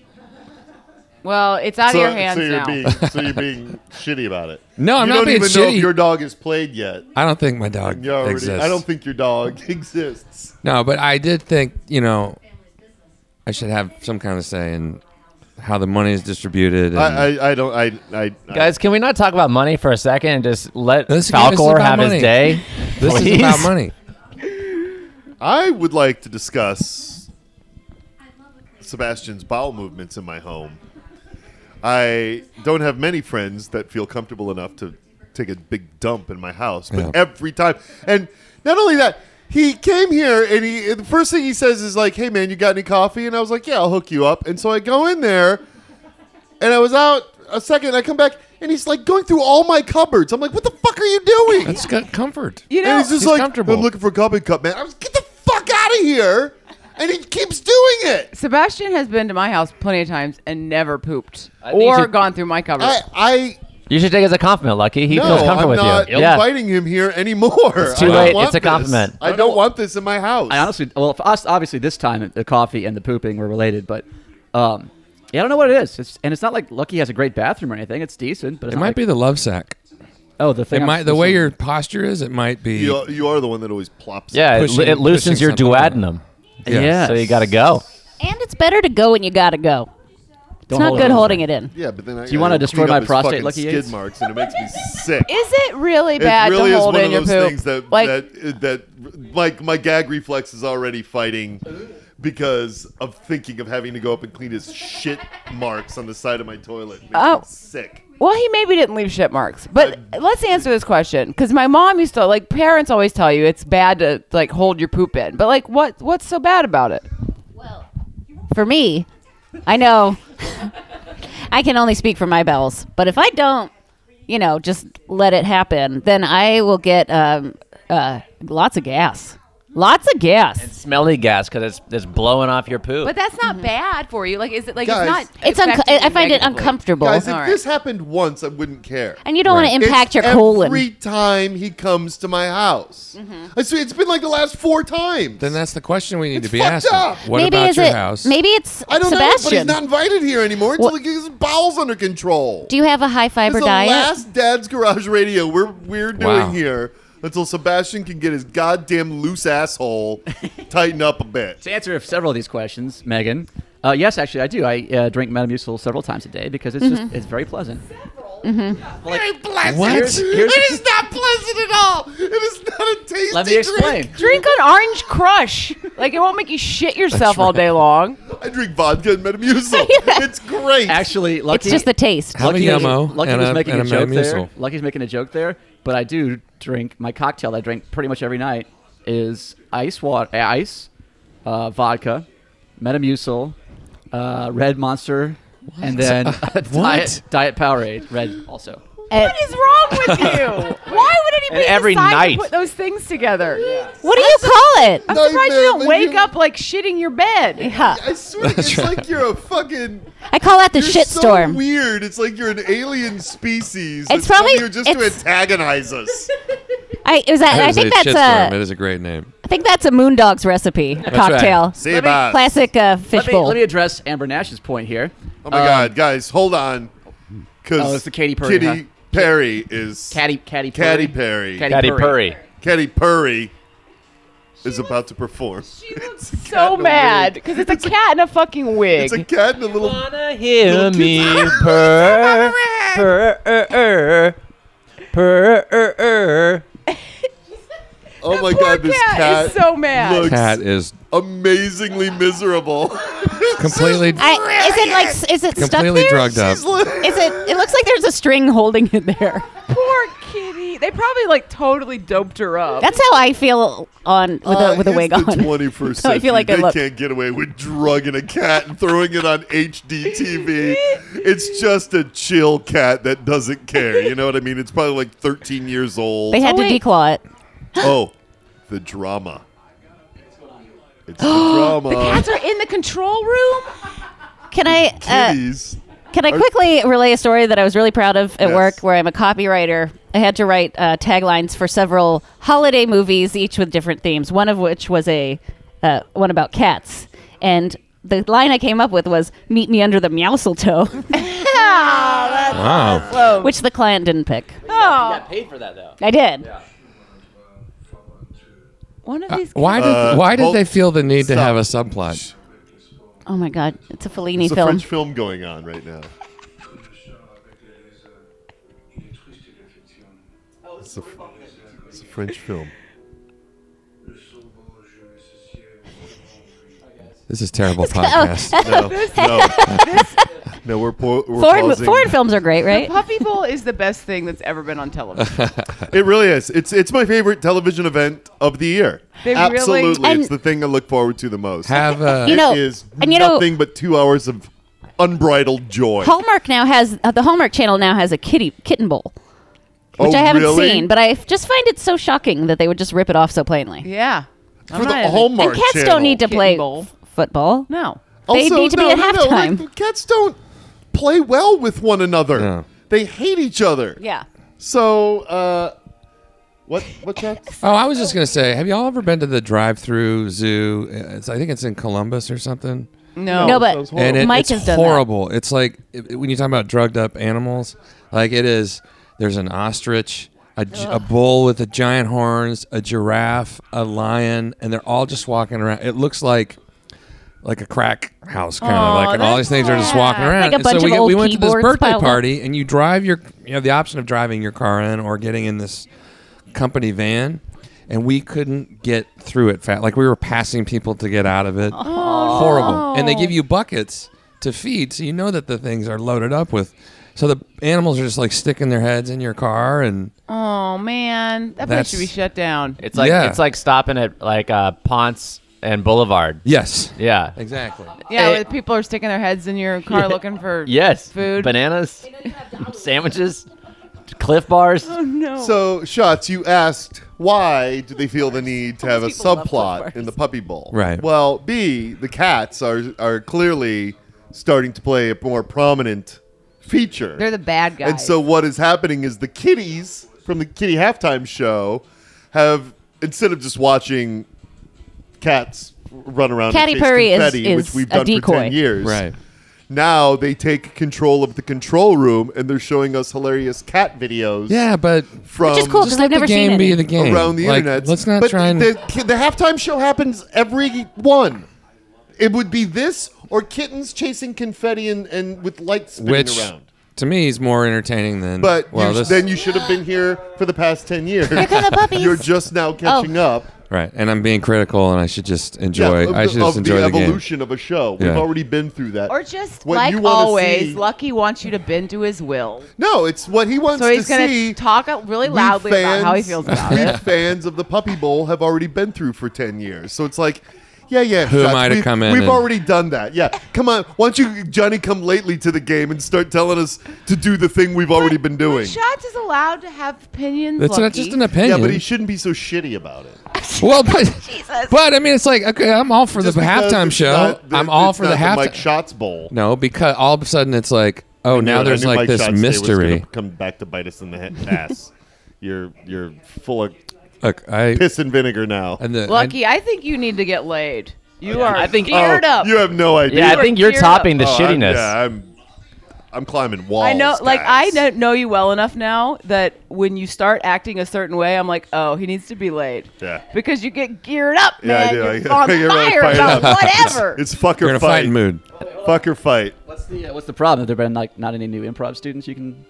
[SPEAKER 2] well, it's out
[SPEAKER 1] so,
[SPEAKER 2] of your hands
[SPEAKER 1] so you're
[SPEAKER 2] now.
[SPEAKER 1] being so you're being shitty about it.
[SPEAKER 3] No, I'm
[SPEAKER 1] you
[SPEAKER 3] not
[SPEAKER 1] don't
[SPEAKER 3] being
[SPEAKER 1] even know
[SPEAKER 3] shitty.
[SPEAKER 1] if your dog has played yet.
[SPEAKER 3] I don't think my dog
[SPEAKER 1] You already,
[SPEAKER 3] exists.
[SPEAKER 1] I don't think your dog exists.
[SPEAKER 3] No, but I did think you know, I should have some kind of say in how the money is distributed. And
[SPEAKER 1] I, I, I don't. I, I, I
[SPEAKER 4] Guys, can we not talk about money for a second and just let
[SPEAKER 3] This- this is
[SPEAKER 4] Falcor
[SPEAKER 3] about
[SPEAKER 4] have
[SPEAKER 3] money.
[SPEAKER 4] his day?
[SPEAKER 3] this is
[SPEAKER 4] Please?
[SPEAKER 3] about money.
[SPEAKER 1] I would like to discuss Sebastian's bowel movements in my home. I don't have many friends that feel comfortable enough to take a big dump in my house, but
[SPEAKER 3] Yeah.
[SPEAKER 1] every time, and not only that, he came here and he and the first thing he says is like, "Hey man, you got any coffee?" And I was like, "Yeah, I'll hook you up." And so I go in there, and I was out a second. I come back and he's like going through all my cupboards. I'm like, "What the fuck are you doing?"
[SPEAKER 3] That's got comfort.
[SPEAKER 2] You know,
[SPEAKER 1] and he's just
[SPEAKER 3] He's
[SPEAKER 1] like,
[SPEAKER 3] comfortable.
[SPEAKER 1] I'm looking for a coffee cup, man. I was get the fuck out of here. And he keeps doing it.
[SPEAKER 2] Sebastian has been to my house plenty of times and never pooped
[SPEAKER 4] think you
[SPEAKER 2] or
[SPEAKER 4] should-
[SPEAKER 2] gone through my cupboard.
[SPEAKER 1] I, I
[SPEAKER 4] You should take it as a compliment, Lucky. He
[SPEAKER 1] no,
[SPEAKER 4] feels comfortable
[SPEAKER 1] I'm
[SPEAKER 4] with
[SPEAKER 1] not
[SPEAKER 4] you. Yeah.
[SPEAKER 1] inviting him here anymore. It's
[SPEAKER 4] too late. It's a compliment.
[SPEAKER 1] I don't want this in my house.
[SPEAKER 6] I honestly, well, for us, obviously, this time the coffee and the pooping were related, but um, yeah, I don't know what it is. It's, and it's not like Lucky has a great bathroom or anything. It's decent, but it's
[SPEAKER 3] It might be the love sack.
[SPEAKER 6] Oh, the thing.
[SPEAKER 3] It
[SPEAKER 6] I'm
[SPEAKER 3] might the
[SPEAKER 6] supposed
[SPEAKER 3] way
[SPEAKER 6] to-
[SPEAKER 3] your posture is. It might be.
[SPEAKER 1] you, are- you are the one that always plops.
[SPEAKER 4] Yeah, it,
[SPEAKER 3] pushing-
[SPEAKER 4] it loosens your
[SPEAKER 3] pushing something on.
[SPEAKER 4] duodenum.
[SPEAKER 3] Yeah.
[SPEAKER 6] Yeah.
[SPEAKER 4] So you got to go.
[SPEAKER 5] And it's better to go when you gotta go. It's
[SPEAKER 6] Don't
[SPEAKER 5] not
[SPEAKER 6] hold it
[SPEAKER 5] good
[SPEAKER 6] in.
[SPEAKER 5] holding it in.
[SPEAKER 1] Yeah, but then I,
[SPEAKER 6] you wanna
[SPEAKER 1] I
[SPEAKER 6] destroy
[SPEAKER 1] clean
[SPEAKER 6] my
[SPEAKER 1] up his
[SPEAKER 6] prostate,
[SPEAKER 1] fucking
[SPEAKER 6] Lucky
[SPEAKER 1] skid
[SPEAKER 6] Yates?
[SPEAKER 1] marks, and it makes me sick.
[SPEAKER 2] Is it really
[SPEAKER 1] It
[SPEAKER 2] bad
[SPEAKER 1] really
[SPEAKER 2] to
[SPEAKER 1] is
[SPEAKER 2] hold
[SPEAKER 1] one
[SPEAKER 2] in
[SPEAKER 1] of
[SPEAKER 2] your
[SPEAKER 1] those
[SPEAKER 2] poop?
[SPEAKER 1] things that
[SPEAKER 2] like,
[SPEAKER 1] that that like my gag reflex is already fighting because of thinking of having to go up and clean his shit marks on the side of my toilet. It makes me
[SPEAKER 2] Oh.
[SPEAKER 1] sick.
[SPEAKER 2] well, he maybe didn't leave shit marks, but let's answer this question because my mom used to like parents always tell you it's bad to like hold your poop in, but like what what's so bad about it?
[SPEAKER 5] For me, I know I can only speak for my bowels, but if I don't, you know, just let it happen, then I will get um, uh, lots of gas. Lots of gas.
[SPEAKER 4] Smelly gas because it's, it's blowing off your poop.
[SPEAKER 2] But that's not bad for you. Like, is it like
[SPEAKER 1] Guys,
[SPEAKER 2] it's not?
[SPEAKER 5] It's unco-
[SPEAKER 2] affecting
[SPEAKER 5] I
[SPEAKER 2] you
[SPEAKER 5] I find it
[SPEAKER 2] negatively.
[SPEAKER 5] uncomfortable.
[SPEAKER 1] Guys, if
[SPEAKER 2] All right.
[SPEAKER 1] this happened once, I wouldn't care.
[SPEAKER 5] and you don't want to impact
[SPEAKER 1] It's
[SPEAKER 5] your
[SPEAKER 1] every
[SPEAKER 5] colon.
[SPEAKER 1] time he comes to my house.
[SPEAKER 2] Mm-hmm.
[SPEAKER 1] I see- it's been like the last four times.
[SPEAKER 3] Then that's the question we need
[SPEAKER 1] It's
[SPEAKER 3] to be
[SPEAKER 1] fucked
[SPEAKER 3] asking.
[SPEAKER 1] up.
[SPEAKER 3] What
[SPEAKER 5] maybe
[SPEAKER 3] about
[SPEAKER 5] is
[SPEAKER 3] your
[SPEAKER 5] it?
[SPEAKER 3] house?
[SPEAKER 5] Maybe it's
[SPEAKER 1] I don't know, but he's
[SPEAKER 5] Sebastian.
[SPEAKER 1] not invited here anymore until
[SPEAKER 5] What-
[SPEAKER 1] he gets his bowels under control.
[SPEAKER 5] Do you have a high
[SPEAKER 1] This
[SPEAKER 5] fiber
[SPEAKER 1] is the
[SPEAKER 5] diet?
[SPEAKER 1] last Dad's Garage Radio we're we're doing
[SPEAKER 3] Wow.
[SPEAKER 1] here until Sebastian can get his goddamn loose asshole tighten up a bit.
[SPEAKER 6] To answer several of these questions, Megan. Uh, yes, actually, I do. I uh, drink Metamucil several times a day because it's
[SPEAKER 5] Mm-hmm.
[SPEAKER 6] just it's very pleasant.
[SPEAKER 1] Very pleasant.
[SPEAKER 3] What?
[SPEAKER 1] Here's-
[SPEAKER 6] here's-
[SPEAKER 1] it is not pleasant at all. It is not a tasty
[SPEAKER 6] Let me explain.
[SPEAKER 1] drink.
[SPEAKER 2] Drink an orange crush. Like it won't make you shit yourself all day long.
[SPEAKER 1] I drink vodka and Metamucil. It's great.
[SPEAKER 6] Actually,
[SPEAKER 5] It's
[SPEAKER 6] Lucky
[SPEAKER 5] just the taste.
[SPEAKER 3] Have a
[SPEAKER 6] Lucky, was-
[SPEAKER 3] Yummo
[SPEAKER 6] Lucky
[SPEAKER 3] and
[SPEAKER 6] was
[SPEAKER 3] a-
[SPEAKER 6] making
[SPEAKER 3] and
[SPEAKER 6] a,
[SPEAKER 3] a
[SPEAKER 6] joke there.
[SPEAKER 3] Metamucil.
[SPEAKER 6] Lucky's making a joke there, but I do drink my cocktail. that I drink pretty much every night is ice water, ice, uh, vodka, Metamucil, uh, Red Monster, and then diet, diet Powerade, Red also.
[SPEAKER 5] Uh,
[SPEAKER 2] What is wrong with you? Why would anybody
[SPEAKER 4] And every
[SPEAKER 2] decide
[SPEAKER 4] night.
[SPEAKER 2] to put those things together?
[SPEAKER 5] what do you call it?
[SPEAKER 2] I'm surprised you
[SPEAKER 1] Nightmare
[SPEAKER 2] don't
[SPEAKER 1] when
[SPEAKER 2] wake
[SPEAKER 1] you-
[SPEAKER 2] up like shitting your bed.
[SPEAKER 5] Yeah.
[SPEAKER 1] I swear, it's like you're a fucking.
[SPEAKER 5] I call that the
[SPEAKER 1] You're
[SPEAKER 5] shit
[SPEAKER 1] so
[SPEAKER 5] storm.
[SPEAKER 1] Weird. It's like you're an alien species.
[SPEAKER 5] It's
[SPEAKER 1] that's come
[SPEAKER 5] probably-
[SPEAKER 1] here just
[SPEAKER 5] it's-
[SPEAKER 1] to antagonize us.
[SPEAKER 5] I it was that, I,
[SPEAKER 3] would
[SPEAKER 5] think
[SPEAKER 3] say
[SPEAKER 5] that's
[SPEAKER 3] shitstorm. It
[SPEAKER 5] a
[SPEAKER 3] is a great name.
[SPEAKER 5] I think that's a Moondog's recipe cocktail.
[SPEAKER 1] See you, boss.
[SPEAKER 5] Classic uh,
[SPEAKER 6] Let me,
[SPEAKER 5] fishbowl.
[SPEAKER 6] let me address Amber Nash's point here.
[SPEAKER 1] Oh my god, guys, hold on. Cause
[SPEAKER 6] Oh, it's the Katy Perry, huh?
[SPEAKER 1] Perry is
[SPEAKER 6] Caddy, Caddy,
[SPEAKER 1] Katy Perry.
[SPEAKER 6] Katy-
[SPEAKER 4] Daddy
[SPEAKER 6] Purry.
[SPEAKER 4] Purry.
[SPEAKER 1] Katy Perry is about to perform.
[SPEAKER 2] She looks
[SPEAKER 1] cat
[SPEAKER 2] so
[SPEAKER 1] in a
[SPEAKER 2] mad
[SPEAKER 1] wig.
[SPEAKER 2] because it's a cat in a fucking wig.
[SPEAKER 1] It's a cat and a little.
[SPEAKER 4] Wanna hear
[SPEAKER 1] Little
[SPEAKER 4] me
[SPEAKER 1] kids-
[SPEAKER 4] purr, purr, purr, purr.
[SPEAKER 1] Oh my
[SPEAKER 2] Poor
[SPEAKER 1] god, this
[SPEAKER 2] cat,
[SPEAKER 1] cat
[SPEAKER 2] is so mad.
[SPEAKER 1] looks
[SPEAKER 3] Cat is
[SPEAKER 1] amazingly miserable.
[SPEAKER 3] completely,
[SPEAKER 5] I, is it like s- is it stuck
[SPEAKER 3] completely
[SPEAKER 5] there?
[SPEAKER 3] drugged up.
[SPEAKER 1] She's li-
[SPEAKER 5] Is it? It looks like there's a string holding it there.
[SPEAKER 2] Poor kitty. They probably like totally doped her up.
[SPEAKER 5] That's how I feel on with
[SPEAKER 1] Uh,
[SPEAKER 5] a with a
[SPEAKER 1] it's
[SPEAKER 5] wig
[SPEAKER 1] the
[SPEAKER 5] on.
[SPEAKER 1] 21st
[SPEAKER 5] No,
[SPEAKER 1] century.
[SPEAKER 5] I feel like I
[SPEAKER 1] they
[SPEAKER 5] look-
[SPEAKER 1] can't get away with drugging a cat and throwing it on HDTV. It's just a chill cat that doesn't care. You know what I mean? It's probably like 13 years old.
[SPEAKER 5] They had
[SPEAKER 2] Oh,
[SPEAKER 5] to
[SPEAKER 2] wait.
[SPEAKER 5] declaw it.
[SPEAKER 1] oh, the drama. It's the drama.
[SPEAKER 2] the cats are in the control room.
[SPEAKER 5] Can I? Uh,
[SPEAKER 1] Kitties.
[SPEAKER 5] Can I quickly relay a story that I was really proud of at
[SPEAKER 1] Yes.
[SPEAKER 5] work where I'm a copywriter? I had to write uh, taglines for several holiday movies, each with different themes, one of which was a uh, one about cats. And the line I came up with was, Meet me under the meowsel toe,
[SPEAKER 3] wow.
[SPEAKER 5] which the client didn't pick.
[SPEAKER 2] Oh,
[SPEAKER 7] paid for that though.
[SPEAKER 5] I did.
[SPEAKER 2] one of these.
[SPEAKER 3] Why did
[SPEAKER 1] Uh,
[SPEAKER 3] why did
[SPEAKER 1] hold-
[SPEAKER 3] they feel the need to
[SPEAKER 1] Uh, stop.
[SPEAKER 3] have a subplot?
[SPEAKER 5] Oh my God, it's a Fellini
[SPEAKER 1] It's a
[SPEAKER 5] film.
[SPEAKER 1] French film going on right now. It's a, it's a French film.
[SPEAKER 3] This is terrible
[SPEAKER 5] oh.
[SPEAKER 3] podcast.
[SPEAKER 1] No, no, no. We're, po- we're
[SPEAKER 5] Foreign,
[SPEAKER 1] pausing.
[SPEAKER 5] foreign films are great, right?
[SPEAKER 2] Puppy Bowl is the best thing that's ever been on television.
[SPEAKER 1] It really is. It's it's my favorite television event of the year.
[SPEAKER 2] They really-
[SPEAKER 1] Absolutely, it's the
[SPEAKER 5] And-
[SPEAKER 1] thing I look forward to the most.
[SPEAKER 3] Have uh,
[SPEAKER 5] You know,
[SPEAKER 1] it is
[SPEAKER 5] and you know-
[SPEAKER 1] nothing but two hours of unbridled joy.
[SPEAKER 5] Hallmark now has uh, the Hallmark Channel now has a kitty kitten bowl, which
[SPEAKER 1] Oh,
[SPEAKER 5] I haven't
[SPEAKER 1] really?
[SPEAKER 5] seen, but I f- just find it so shocking that they would just rip it off so plainly.
[SPEAKER 2] yeah. I'm
[SPEAKER 1] for
[SPEAKER 2] not
[SPEAKER 1] the
[SPEAKER 2] into-
[SPEAKER 1] Hallmark
[SPEAKER 5] and cats
[SPEAKER 1] Channel.
[SPEAKER 5] don't need to
[SPEAKER 2] Kitten
[SPEAKER 5] play
[SPEAKER 2] bowl.
[SPEAKER 5] f- football.
[SPEAKER 2] No.
[SPEAKER 5] they need to be at
[SPEAKER 1] like,
[SPEAKER 5] halftime.
[SPEAKER 1] the cats don't play well with one another.
[SPEAKER 3] No.
[SPEAKER 1] They hate each other.
[SPEAKER 5] Yeah,
[SPEAKER 1] So, uh, what what cats?
[SPEAKER 3] oh, I was just gonna say, have y'all ever been to the drive-through zoo? It's, I think it's in Columbus or something.
[SPEAKER 2] No.
[SPEAKER 5] no,
[SPEAKER 1] that was
[SPEAKER 5] but
[SPEAKER 1] horrible.
[SPEAKER 3] And it,
[SPEAKER 5] Mike
[SPEAKER 3] it's
[SPEAKER 5] has done that.
[SPEAKER 3] horrible. It's like it- it- when you talk about drugged up animals, like it is. There's an ostrich, a, gi- a bull with a giant horns, a giraffe, a lion, and they're all just walking around. It looks like like a crack house kind
[SPEAKER 2] Aw,
[SPEAKER 3] of like, and all
[SPEAKER 2] that's
[SPEAKER 3] these things are just
[SPEAKER 5] sad.
[SPEAKER 3] walking
[SPEAKER 5] Like
[SPEAKER 3] around.
[SPEAKER 5] a
[SPEAKER 3] And Uh, so
[SPEAKER 5] bunch
[SPEAKER 3] we,
[SPEAKER 5] of
[SPEAKER 3] get- we
[SPEAKER 5] old
[SPEAKER 3] went to this
[SPEAKER 5] keyboards
[SPEAKER 3] birthday
[SPEAKER 5] piled up.
[SPEAKER 3] party, and you drive your you have the option of driving your car in or getting in this company van. And we couldn't get through it fast. Like we were passing people to get out of it
[SPEAKER 5] Oh.
[SPEAKER 3] horrible. And they give you buckets to feed, so you know that the things are loaded up with. So the animals are just like sticking their heads in your car, and
[SPEAKER 2] Oh man, that place
[SPEAKER 3] That's-
[SPEAKER 2] should be shut down.
[SPEAKER 7] It's like
[SPEAKER 3] Yeah.
[SPEAKER 7] it's like stopping at like uh, Ponce and Boulevard.
[SPEAKER 3] yes,
[SPEAKER 7] Yeah.
[SPEAKER 3] exactly.
[SPEAKER 2] Yeah,
[SPEAKER 7] Eh.
[SPEAKER 2] where the people are sticking their heads in your car looking for
[SPEAKER 7] Yes.
[SPEAKER 2] food.
[SPEAKER 7] Bananas. Sandwiches. Cliff bars.
[SPEAKER 2] no.
[SPEAKER 1] So, shots. You asked why do they feel the need to have a subplot in the Puppy Bowl?
[SPEAKER 3] Right.
[SPEAKER 1] Well, B the cats are are clearly starting to play a more prominent feature.
[SPEAKER 2] They're the bad guys.
[SPEAKER 1] And so what is happening is the kitties from the kitty halftime show have instead of just watching cats run around
[SPEAKER 5] Katy
[SPEAKER 1] and chase
[SPEAKER 5] Perry is-
[SPEAKER 1] confetti,
[SPEAKER 5] is
[SPEAKER 1] which we've
[SPEAKER 5] a
[SPEAKER 1] done for
[SPEAKER 5] decoy.
[SPEAKER 1] 10 years
[SPEAKER 3] Right.
[SPEAKER 1] now they take control of the control room and they're showing us hilarious cat videos
[SPEAKER 3] Yeah, but
[SPEAKER 1] from
[SPEAKER 5] which is cool
[SPEAKER 3] just
[SPEAKER 5] because
[SPEAKER 3] let
[SPEAKER 5] I've
[SPEAKER 3] the
[SPEAKER 5] never
[SPEAKER 3] game
[SPEAKER 5] seen
[SPEAKER 3] be
[SPEAKER 5] it.
[SPEAKER 3] the game
[SPEAKER 1] around the
[SPEAKER 3] Like,
[SPEAKER 1] internet
[SPEAKER 3] Let's not
[SPEAKER 1] but
[SPEAKER 3] try and.
[SPEAKER 1] the, the halftime show happens every one it would be this or kittens chasing confetti and, and with lights spinning
[SPEAKER 3] which
[SPEAKER 1] around
[SPEAKER 3] to me is more entertaining than.
[SPEAKER 1] But
[SPEAKER 3] well,
[SPEAKER 1] you,
[SPEAKER 3] this,
[SPEAKER 1] then you should have been here for the past 10 years.
[SPEAKER 5] come the puppies.
[SPEAKER 1] You're just now
[SPEAKER 2] Oh.
[SPEAKER 1] catching up
[SPEAKER 3] right, and I'm being critical, and I should just enjoy.
[SPEAKER 1] yeah, of,
[SPEAKER 3] I should
[SPEAKER 1] the,
[SPEAKER 3] just
[SPEAKER 1] of
[SPEAKER 3] enjoy
[SPEAKER 1] the
[SPEAKER 3] the, game.
[SPEAKER 1] evolution of a show. We've
[SPEAKER 3] Yeah.
[SPEAKER 1] already been through that.
[SPEAKER 2] or just
[SPEAKER 1] What
[SPEAKER 2] like
[SPEAKER 1] you wanna
[SPEAKER 2] always,
[SPEAKER 1] see-
[SPEAKER 2] Lucky wants you to bend to his will.
[SPEAKER 1] No, it's what he wants
[SPEAKER 2] So he's
[SPEAKER 1] to see.
[SPEAKER 2] gonna talk out really
[SPEAKER 1] we
[SPEAKER 2] loudly about how he feels about
[SPEAKER 1] we
[SPEAKER 2] it.
[SPEAKER 1] fans of the Puppy Bowl have already been through for 10 years. So it's like, yeah, yeah.
[SPEAKER 3] Who am
[SPEAKER 1] Scott,
[SPEAKER 3] I to
[SPEAKER 1] we've-
[SPEAKER 3] come in
[SPEAKER 1] We've
[SPEAKER 3] and-
[SPEAKER 1] already done that. Yeah. Come on. Why don't you, Johnny, come lately to the game and start telling us to do the thing we've already been doing?
[SPEAKER 2] Shots is allowed to have opinions.
[SPEAKER 3] That's not
[SPEAKER 2] Lucky.
[SPEAKER 3] just an
[SPEAKER 1] Yeah,
[SPEAKER 3] opinion.
[SPEAKER 1] but he shouldn't be so shitty about it.
[SPEAKER 3] well, but, but I mean, it's like okay, I'm all for
[SPEAKER 1] Just
[SPEAKER 3] the
[SPEAKER 1] because
[SPEAKER 3] halftime
[SPEAKER 1] it's
[SPEAKER 3] show.
[SPEAKER 1] not the-
[SPEAKER 3] I'm all
[SPEAKER 1] it's
[SPEAKER 3] for the
[SPEAKER 1] not
[SPEAKER 3] halftime.
[SPEAKER 1] Mike Schatz Bowl.
[SPEAKER 3] No, because all of a sudden it's like, oh, now
[SPEAKER 1] Yeah, I
[SPEAKER 3] there's
[SPEAKER 1] knew
[SPEAKER 3] like
[SPEAKER 1] Mike
[SPEAKER 3] this
[SPEAKER 1] Schatz Day was
[SPEAKER 3] mystery.
[SPEAKER 1] gonna Come back to bite us in the he- ass. you're you're full of
[SPEAKER 3] Look, I
[SPEAKER 1] piss and vinegar now.
[SPEAKER 3] and the,
[SPEAKER 2] Lucky, I think you need to get laid. You are I
[SPEAKER 7] think-
[SPEAKER 2] think geared
[SPEAKER 1] Oh,
[SPEAKER 2] up.
[SPEAKER 1] You have no idea.
[SPEAKER 7] Yeah,
[SPEAKER 2] You
[SPEAKER 7] I
[SPEAKER 2] are
[SPEAKER 7] think you're
[SPEAKER 2] geared up.
[SPEAKER 7] topping the
[SPEAKER 1] Oh, I'm-
[SPEAKER 7] shittiness.
[SPEAKER 1] yeah, I'm I'm climbing walls.
[SPEAKER 2] I know, like I
[SPEAKER 1] guys.
[SPEAKER 2] don't know you well enough now that when you start acting a certain way, I'm like, oh, he needs to be laid.
[SPEAKER 1] Yeah.
[SPEAKER 2] Because you get geared up,
[SPEAKER 1] Yeah, I
[SPEAKER 2] man.
[SPEAKER 1] do.
[SPEAKER 2] You're
[SPEAKER 1] I-
[SPEAKER 2] on
[SPEAKER 1] you're really
[SPEAKER 2] fire
[SPEAKER 1] fired
[SPEAKER 2] about
[SPEAKER 1] up.
[SPEAKER 2] whatever.
[SPEAKER 1] It's fuck
[SPEAKER 3] you're in
[SPEAKER 1] or
[SPEAKER 3] a
[SPEAKER 1] fight.
[SPEAKER 3] fighting mood.
[SPEAKER 1] Fuck or fight.
[SPEAKER 6] What's the uh, what's the problem? Have there been like not any new improv students you can?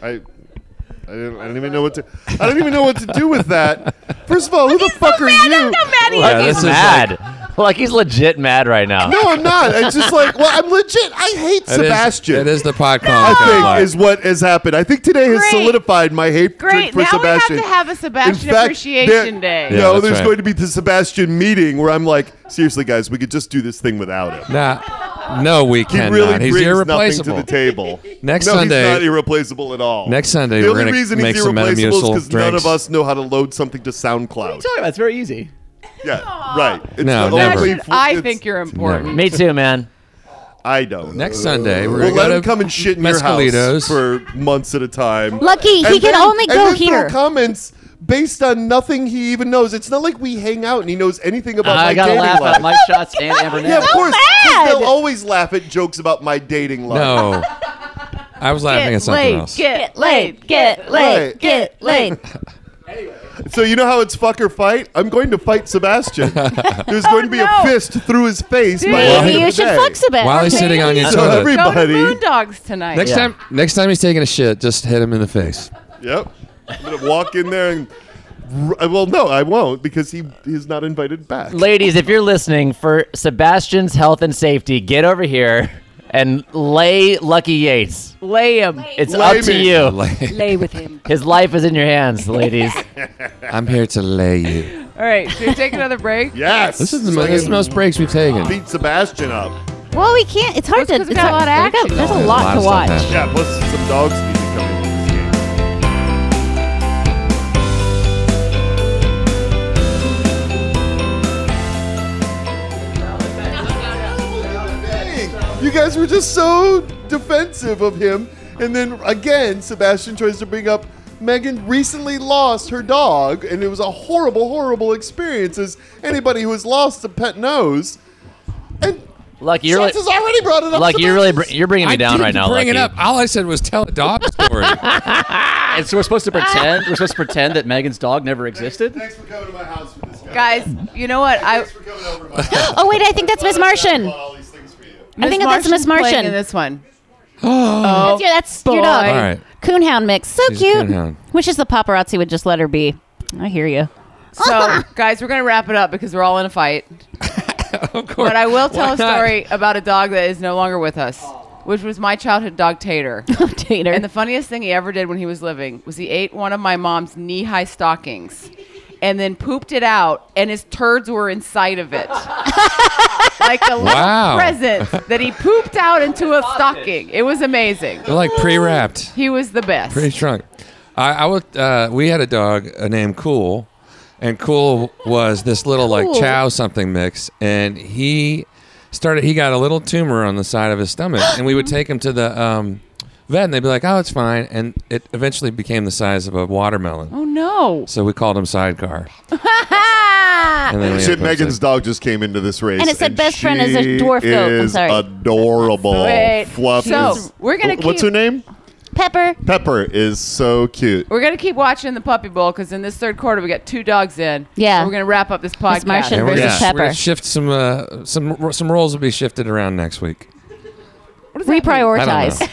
[SPEAKER 1] I. I don't, I don't even know what to. I don't even know what to do with that. First of all, who the fuck are you?
[SPEAKER 3] Yeah,
[SPEAKER 7] He's
[SPEAKER 3] this is like-
[SPEAKER 7] mad. Like, he's legit mad right now.
[SPEAKER 1] No, I'm not. It's just like, well, I'm legit. I hate
[SPEAKER 3] It is-
[SPEAKER 1] Sebastian.
[SPEAKER 3] It is the podcast.
[SPEAKER 1] I think is what has happened. I think today has
[SPEAKER 2] Great.
[SPEAKER 1] solidified my hatred
[SPEAKER 2] Great.
[SPEAKER 1] for
[SPEAKER 2] Now
[SPEAKER 1] Sebastian.
[SPEAKER 2] we have to have a
[SPEAKER 1] In
[SPEAKER 2] Sebastian
[SPEAKER 1] fact,
[SPEAKER 2] Appreciation
[SPEAKER 1] there-
[SPEAKER 2] Day.
[SPEAKER 3] Yeah,
[SPEAKER 1] no,
[SPEAKER 3] that's
[SPEAKER 1] there's
[SPEAKER 3] right.
[SPEAKER 1] going to be the Sebastian meeting where I'm like, seriously, guys, we could just do this thing without him.
[SPEAKER 3] Nah, no, we
[SPEAKER 1] He
[SPEAKER 3] cannot.
[SPEAKER 1] really
[SPEAKER 3] he's
[SPEAKER 1] brings
[SPEAKER 3] irreplaceable.
[SPEAKER 1] nothing to the table.
[SPEAKER 3] Next
[SPEAKER 1] no,
[SPEAKER 3] Sunday-
[SPEAKER 1] he's not irreplaceable at all.
[SPEAKER 3] Next Sunday,
[SPEAKER 1] the
[SPEAKER 3] we're
[SPEAKER 1] only
[SPEAKER 3] gonna
[SPEAKER 1] reason
[SPEAKER 3] make
[SPEAKER 1] he's
[SPEAKER 3] some
[SPEAKER 1] irreplaceable is
[SPEAKER 3] Metamucil
[SPEAKER 1] because none
[SPEAKER 3] drinks.
[SPEAKER 1] of us know how to load something to SoundCloud.
[SPEAKER 6] Sorry, it's very easy.
[SPEAKER 1] Yeah, right. It's
[SPEAKER 3] No,
[SPEAKER 1] the
[SPEAKER 3] never.
[SPEAKER 1] only
[SPEAKER 2] Sebastian,
[SPEAKER 1] f-
[SPEAKER 2] I
[SPEAKER 1] it's-
[SPEAKER 2] think you're important.
[SPEAKER 7] Me too, man.
[SPEAKER 1] I don't.
[SPEAKER 3] Next Sunday, we're
[SPEAKER 1] We'll let
[SPEAKER 3] gonna go
[SPEAKER 1] him
[SPEAKER 3] to
[SPEAKER 1] come and shit in your house
[SPEAKER 3] Mescalitos.
[SPEAKER 1] for months at a time.
[SPEAKER 5] Lucky he
[SPEAKER 1] And
[SPEAKER 5] can
[SPEAKER 1] then-
[SPEAKER 5] only
[SPEAKER 1] and
[SPEAKER 5] go
[SPEAKER 1] then throw
[SPEAKER 5] here.
[SPEAKER 1] comments based on nothing he even knows. It's not like we hang out and he knows anything about my
[SPEAKER 6] I gotta
[SPEAKER 1] dating
[SPEAKER 6] laugh
[SPEAKER 1] life.
[SPEAKER 6] at Mike Shots and Amber.
[SPEAKER 1] yeah, of
[SPEAKER 6] Nail.
[SPEAKER 1] course. 'cause
[SPEAKER 2] mad.
[SPEAKER 1] They'll always laugh at jokes about my dating life.
[SPEAKER 3] No, I was laughing at something else.
[SPEAKER 2] get
[SPEAKER 5] get laid, get laid,
[SPEAKER 1] Right.
[SPEAKER 5] get laid.
[SPEAKER 1] So you know how it's fuck or fight? I'm going to fight Sebastian. There's going to be a fist through his face by the end of
[SPEAKER 5] Maybe Oh, you
[SPEAKER 1] the
[SPEAKER 5] should
[SPEAKER 1] day.
[SPEAKER 5] fuck Sebastian.
[SPEAKER 3] While he's sitting on your
[SPEAKER 1] So
[SPEAKER 3] toilet.
[SPEAKER 2] Go to
[SPEAKER 1] everybody,
[SPEAKER 2] Boondocks tonight.
[SPEAKER 3] Next time, next time he's taking a shit, just hit him in the face.
[SPEAKER 1] yep, I'm gonna walk in there and. r- Well, no, I won't because he is not invited back.
[SPEAKER 7] Ladies, if you're listening, for Sebastian's health and safety, get over here and lay Lucky Yates.
[SPEAKER 2] Lay him.
[SPEAKER 7] It's
[SPEAKER 1] Lay
[SPEAKER 7] up to
[SPEAKER 1] me.
[SPEAKER 5] Oh.
[SPEAKER 7] you.
[SPEAKER 3] Lay-
[SPEAKER 5] Lay with him.
[SPEAKER 7] His life is in your hands, ladies.
[SPEAKER 3] I'm here to lay you.
[SPEAKER 2] All right, should we take another break?
[SPEAKER 1] Yes,
[SPEAKER 3] This is the,
[SPEAKER 1] So
[SPEAKER 3] mo-
[SPEAKER 1] I
[SPEAKER 3] this is
[SPEAKER 1] can
[SPEAKER 3] the most breaks we've taken.
[SPEAKER 1] beat Sebastian up.
[SPEAKER 5] Well, we can't. It's hard
[SPEAKER 2] That's 'cause
[SPEAKER 5] to.
[SPEAKER 2] we
[SPEAKER 5] It's
[SPEAKER 2] got a
[SPEAKER 5] hard-
[SPEAKER 2] lot of action
[SPEAKER 5] we got- There's
[SPEAKER 2] going
[SPEAKER 5] a
[SPEAKER 2] on.
[SPEAKER 5] lot to
[SPEAKER 3] A lot of stuff
[SPEAKER 5] watch.
[SPEAKER 1] Yeah, plus some dogs need to come into this game. Dang, You guys were just so defensive of him. And then again, Sebastian tries to bring up Megan recently lost her dog, and it was a horrible, horrible experience. As anybody who has lost a pet knows, and
[SPEAKER 7] Lucky, you're
[SPEAKER 1] Chance
[SPEAKER 7] like,
[SPEAKER 1] has already brought it up.
[SPEAKER 7] Lucky, you're really br-
[SPEAKER 1] Sebastian.
[SPEAKER 7] you're bringing me down right now.
[SPEAKER 3] Bring it
[SPEAKER 7] Lucky.
[SPEAKER 3] up. All I said was tell a dog story.
[SPEAKER 6] And so we're supposed to pretend we're supposed to pretend that Megan's dog never existed.
[SPEAKER 1] Thanks for coming to my house for this, guy.
[SPEAKER 2] Guys, you know what? I
[SPEAKER 1] Thanks for coming over to my house.
[SPEAKER 5] Oh wait, I think that's Miss Martian.
[SPEAKER 1] Bought all these things for you.
[SPEAKER 5] I think that's Miss
[SPEAKER 2] playing
[SPEAKER 5] Martian.
[SPEAKER 2] in this one.
[SPEAKER 5] That's your, that's your
[SPEAKER 2] boy.
[SPEAKER 5] dog.
[SPEAKER 3] All right.
[SPEAKER 5] Coonhound mix, so
[SPEAKER 3] She's a
[SPEAKER 5] cute.
[SPEAKER 3] coonhound.
[SPEAKER 5] Which is the paparazzi would just let her be. I hear you.
[SPEAKER 2] So, guys, we're gonna wrap it up because we're all in a fight.
[SPEAKER 3] of course.
[SPEAKER 2] But I will
[SPEAKER 3] Why
[SPEAKER 2] tell a
[SPEAKER 3] not?
[SPEAKER 2] story about a dog that is no longer with us, which was my childhood dog Tater.
[SPEAKER 5] Tater.
[SPEAKER 2] And the funniest thing he ever did when he was living was he ate one of my mom's knee high stockings and then pooped it out, and his turds were inside of it. like a little
[SPEAKER 3] Wow.
[SPEAKER 2] present that he pooped out into a stocking. It was amazing.
[SPEAKER 3] They're like pre-wrapped,
[SPEAKER 2] He was the best.
[SPEAKER 3] pretty shrunk. I, I would. Uh, we had a dog uh, named Cool, and Cool was this little like chow something mix, and he started. He got a little tumor on the side of his stomach, and we would take him to the um, vet, and they'd be like, "Oh, it's fine," and it eventually became the size of a watermelon.
[SPEAKER 2] Oh no.
[SPEAKER 3] So we called him Sidecar. and then we had
[SPEAKER 1] Shit,
[SPEAKER 3] pups
[SPEAKER 1] Megan's
[SPEAKER 3] like-
[SPEAKER 1] dog just came into this race,
[SPEAKER 5] And it said best friend is a
[SPEAKER 1] she
[SPEAKER 5] dwarf goat. I'm
[SPEAKER 1] is
[SPEAKER 5] sorry.
[SPEAKER 1] adorable,
[SPEAKER 2] Wait,
[SPEAKER 1] fluffy.
[SPEAKER 2] so we're gonna
[SPEAKER 1] What's her
[SPEAKER 2] keep-
[SPEAKER 1] name?
[SPEAKER 5] Pepper.
[SPEAKER 1] Pepper is so cute.
[SPEAKER 2] We're gonna keep watching the puppy bowl because in this third quarter we got two dogs in.
[SPEAKER 5] Yeah.
[SPEAKER 2] So we're gonna wrap up this podcast.
[SPEAKER 5] Martian
[SPEAKER 3] And we're
[SPEAKER 5] versus
[SPEAKER 3] gonna, we're gonna
[SPEAKER 5] Pepper.
[SPEAKER 3] shift some uh, some some roles will be shifted around next week. I don't
[SPEAKER 5] Reprioritize.
[SPEAKER 3] know.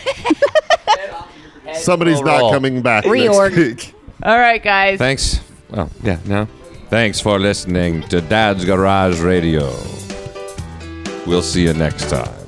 [SPEAKER 1] Somebody's not
[SPEAKER 7] roll.
[SPEAKER 1] coming back.
[SPEAKER 5] Reorg.
[SPEAKER 1] Next week.
[SPEAKER 2] All right, guys.
[SPEAKER 3] Thanks. Oh, yeah, no. Thanks for listening to Dad's Garage Radio. We'll see you next time.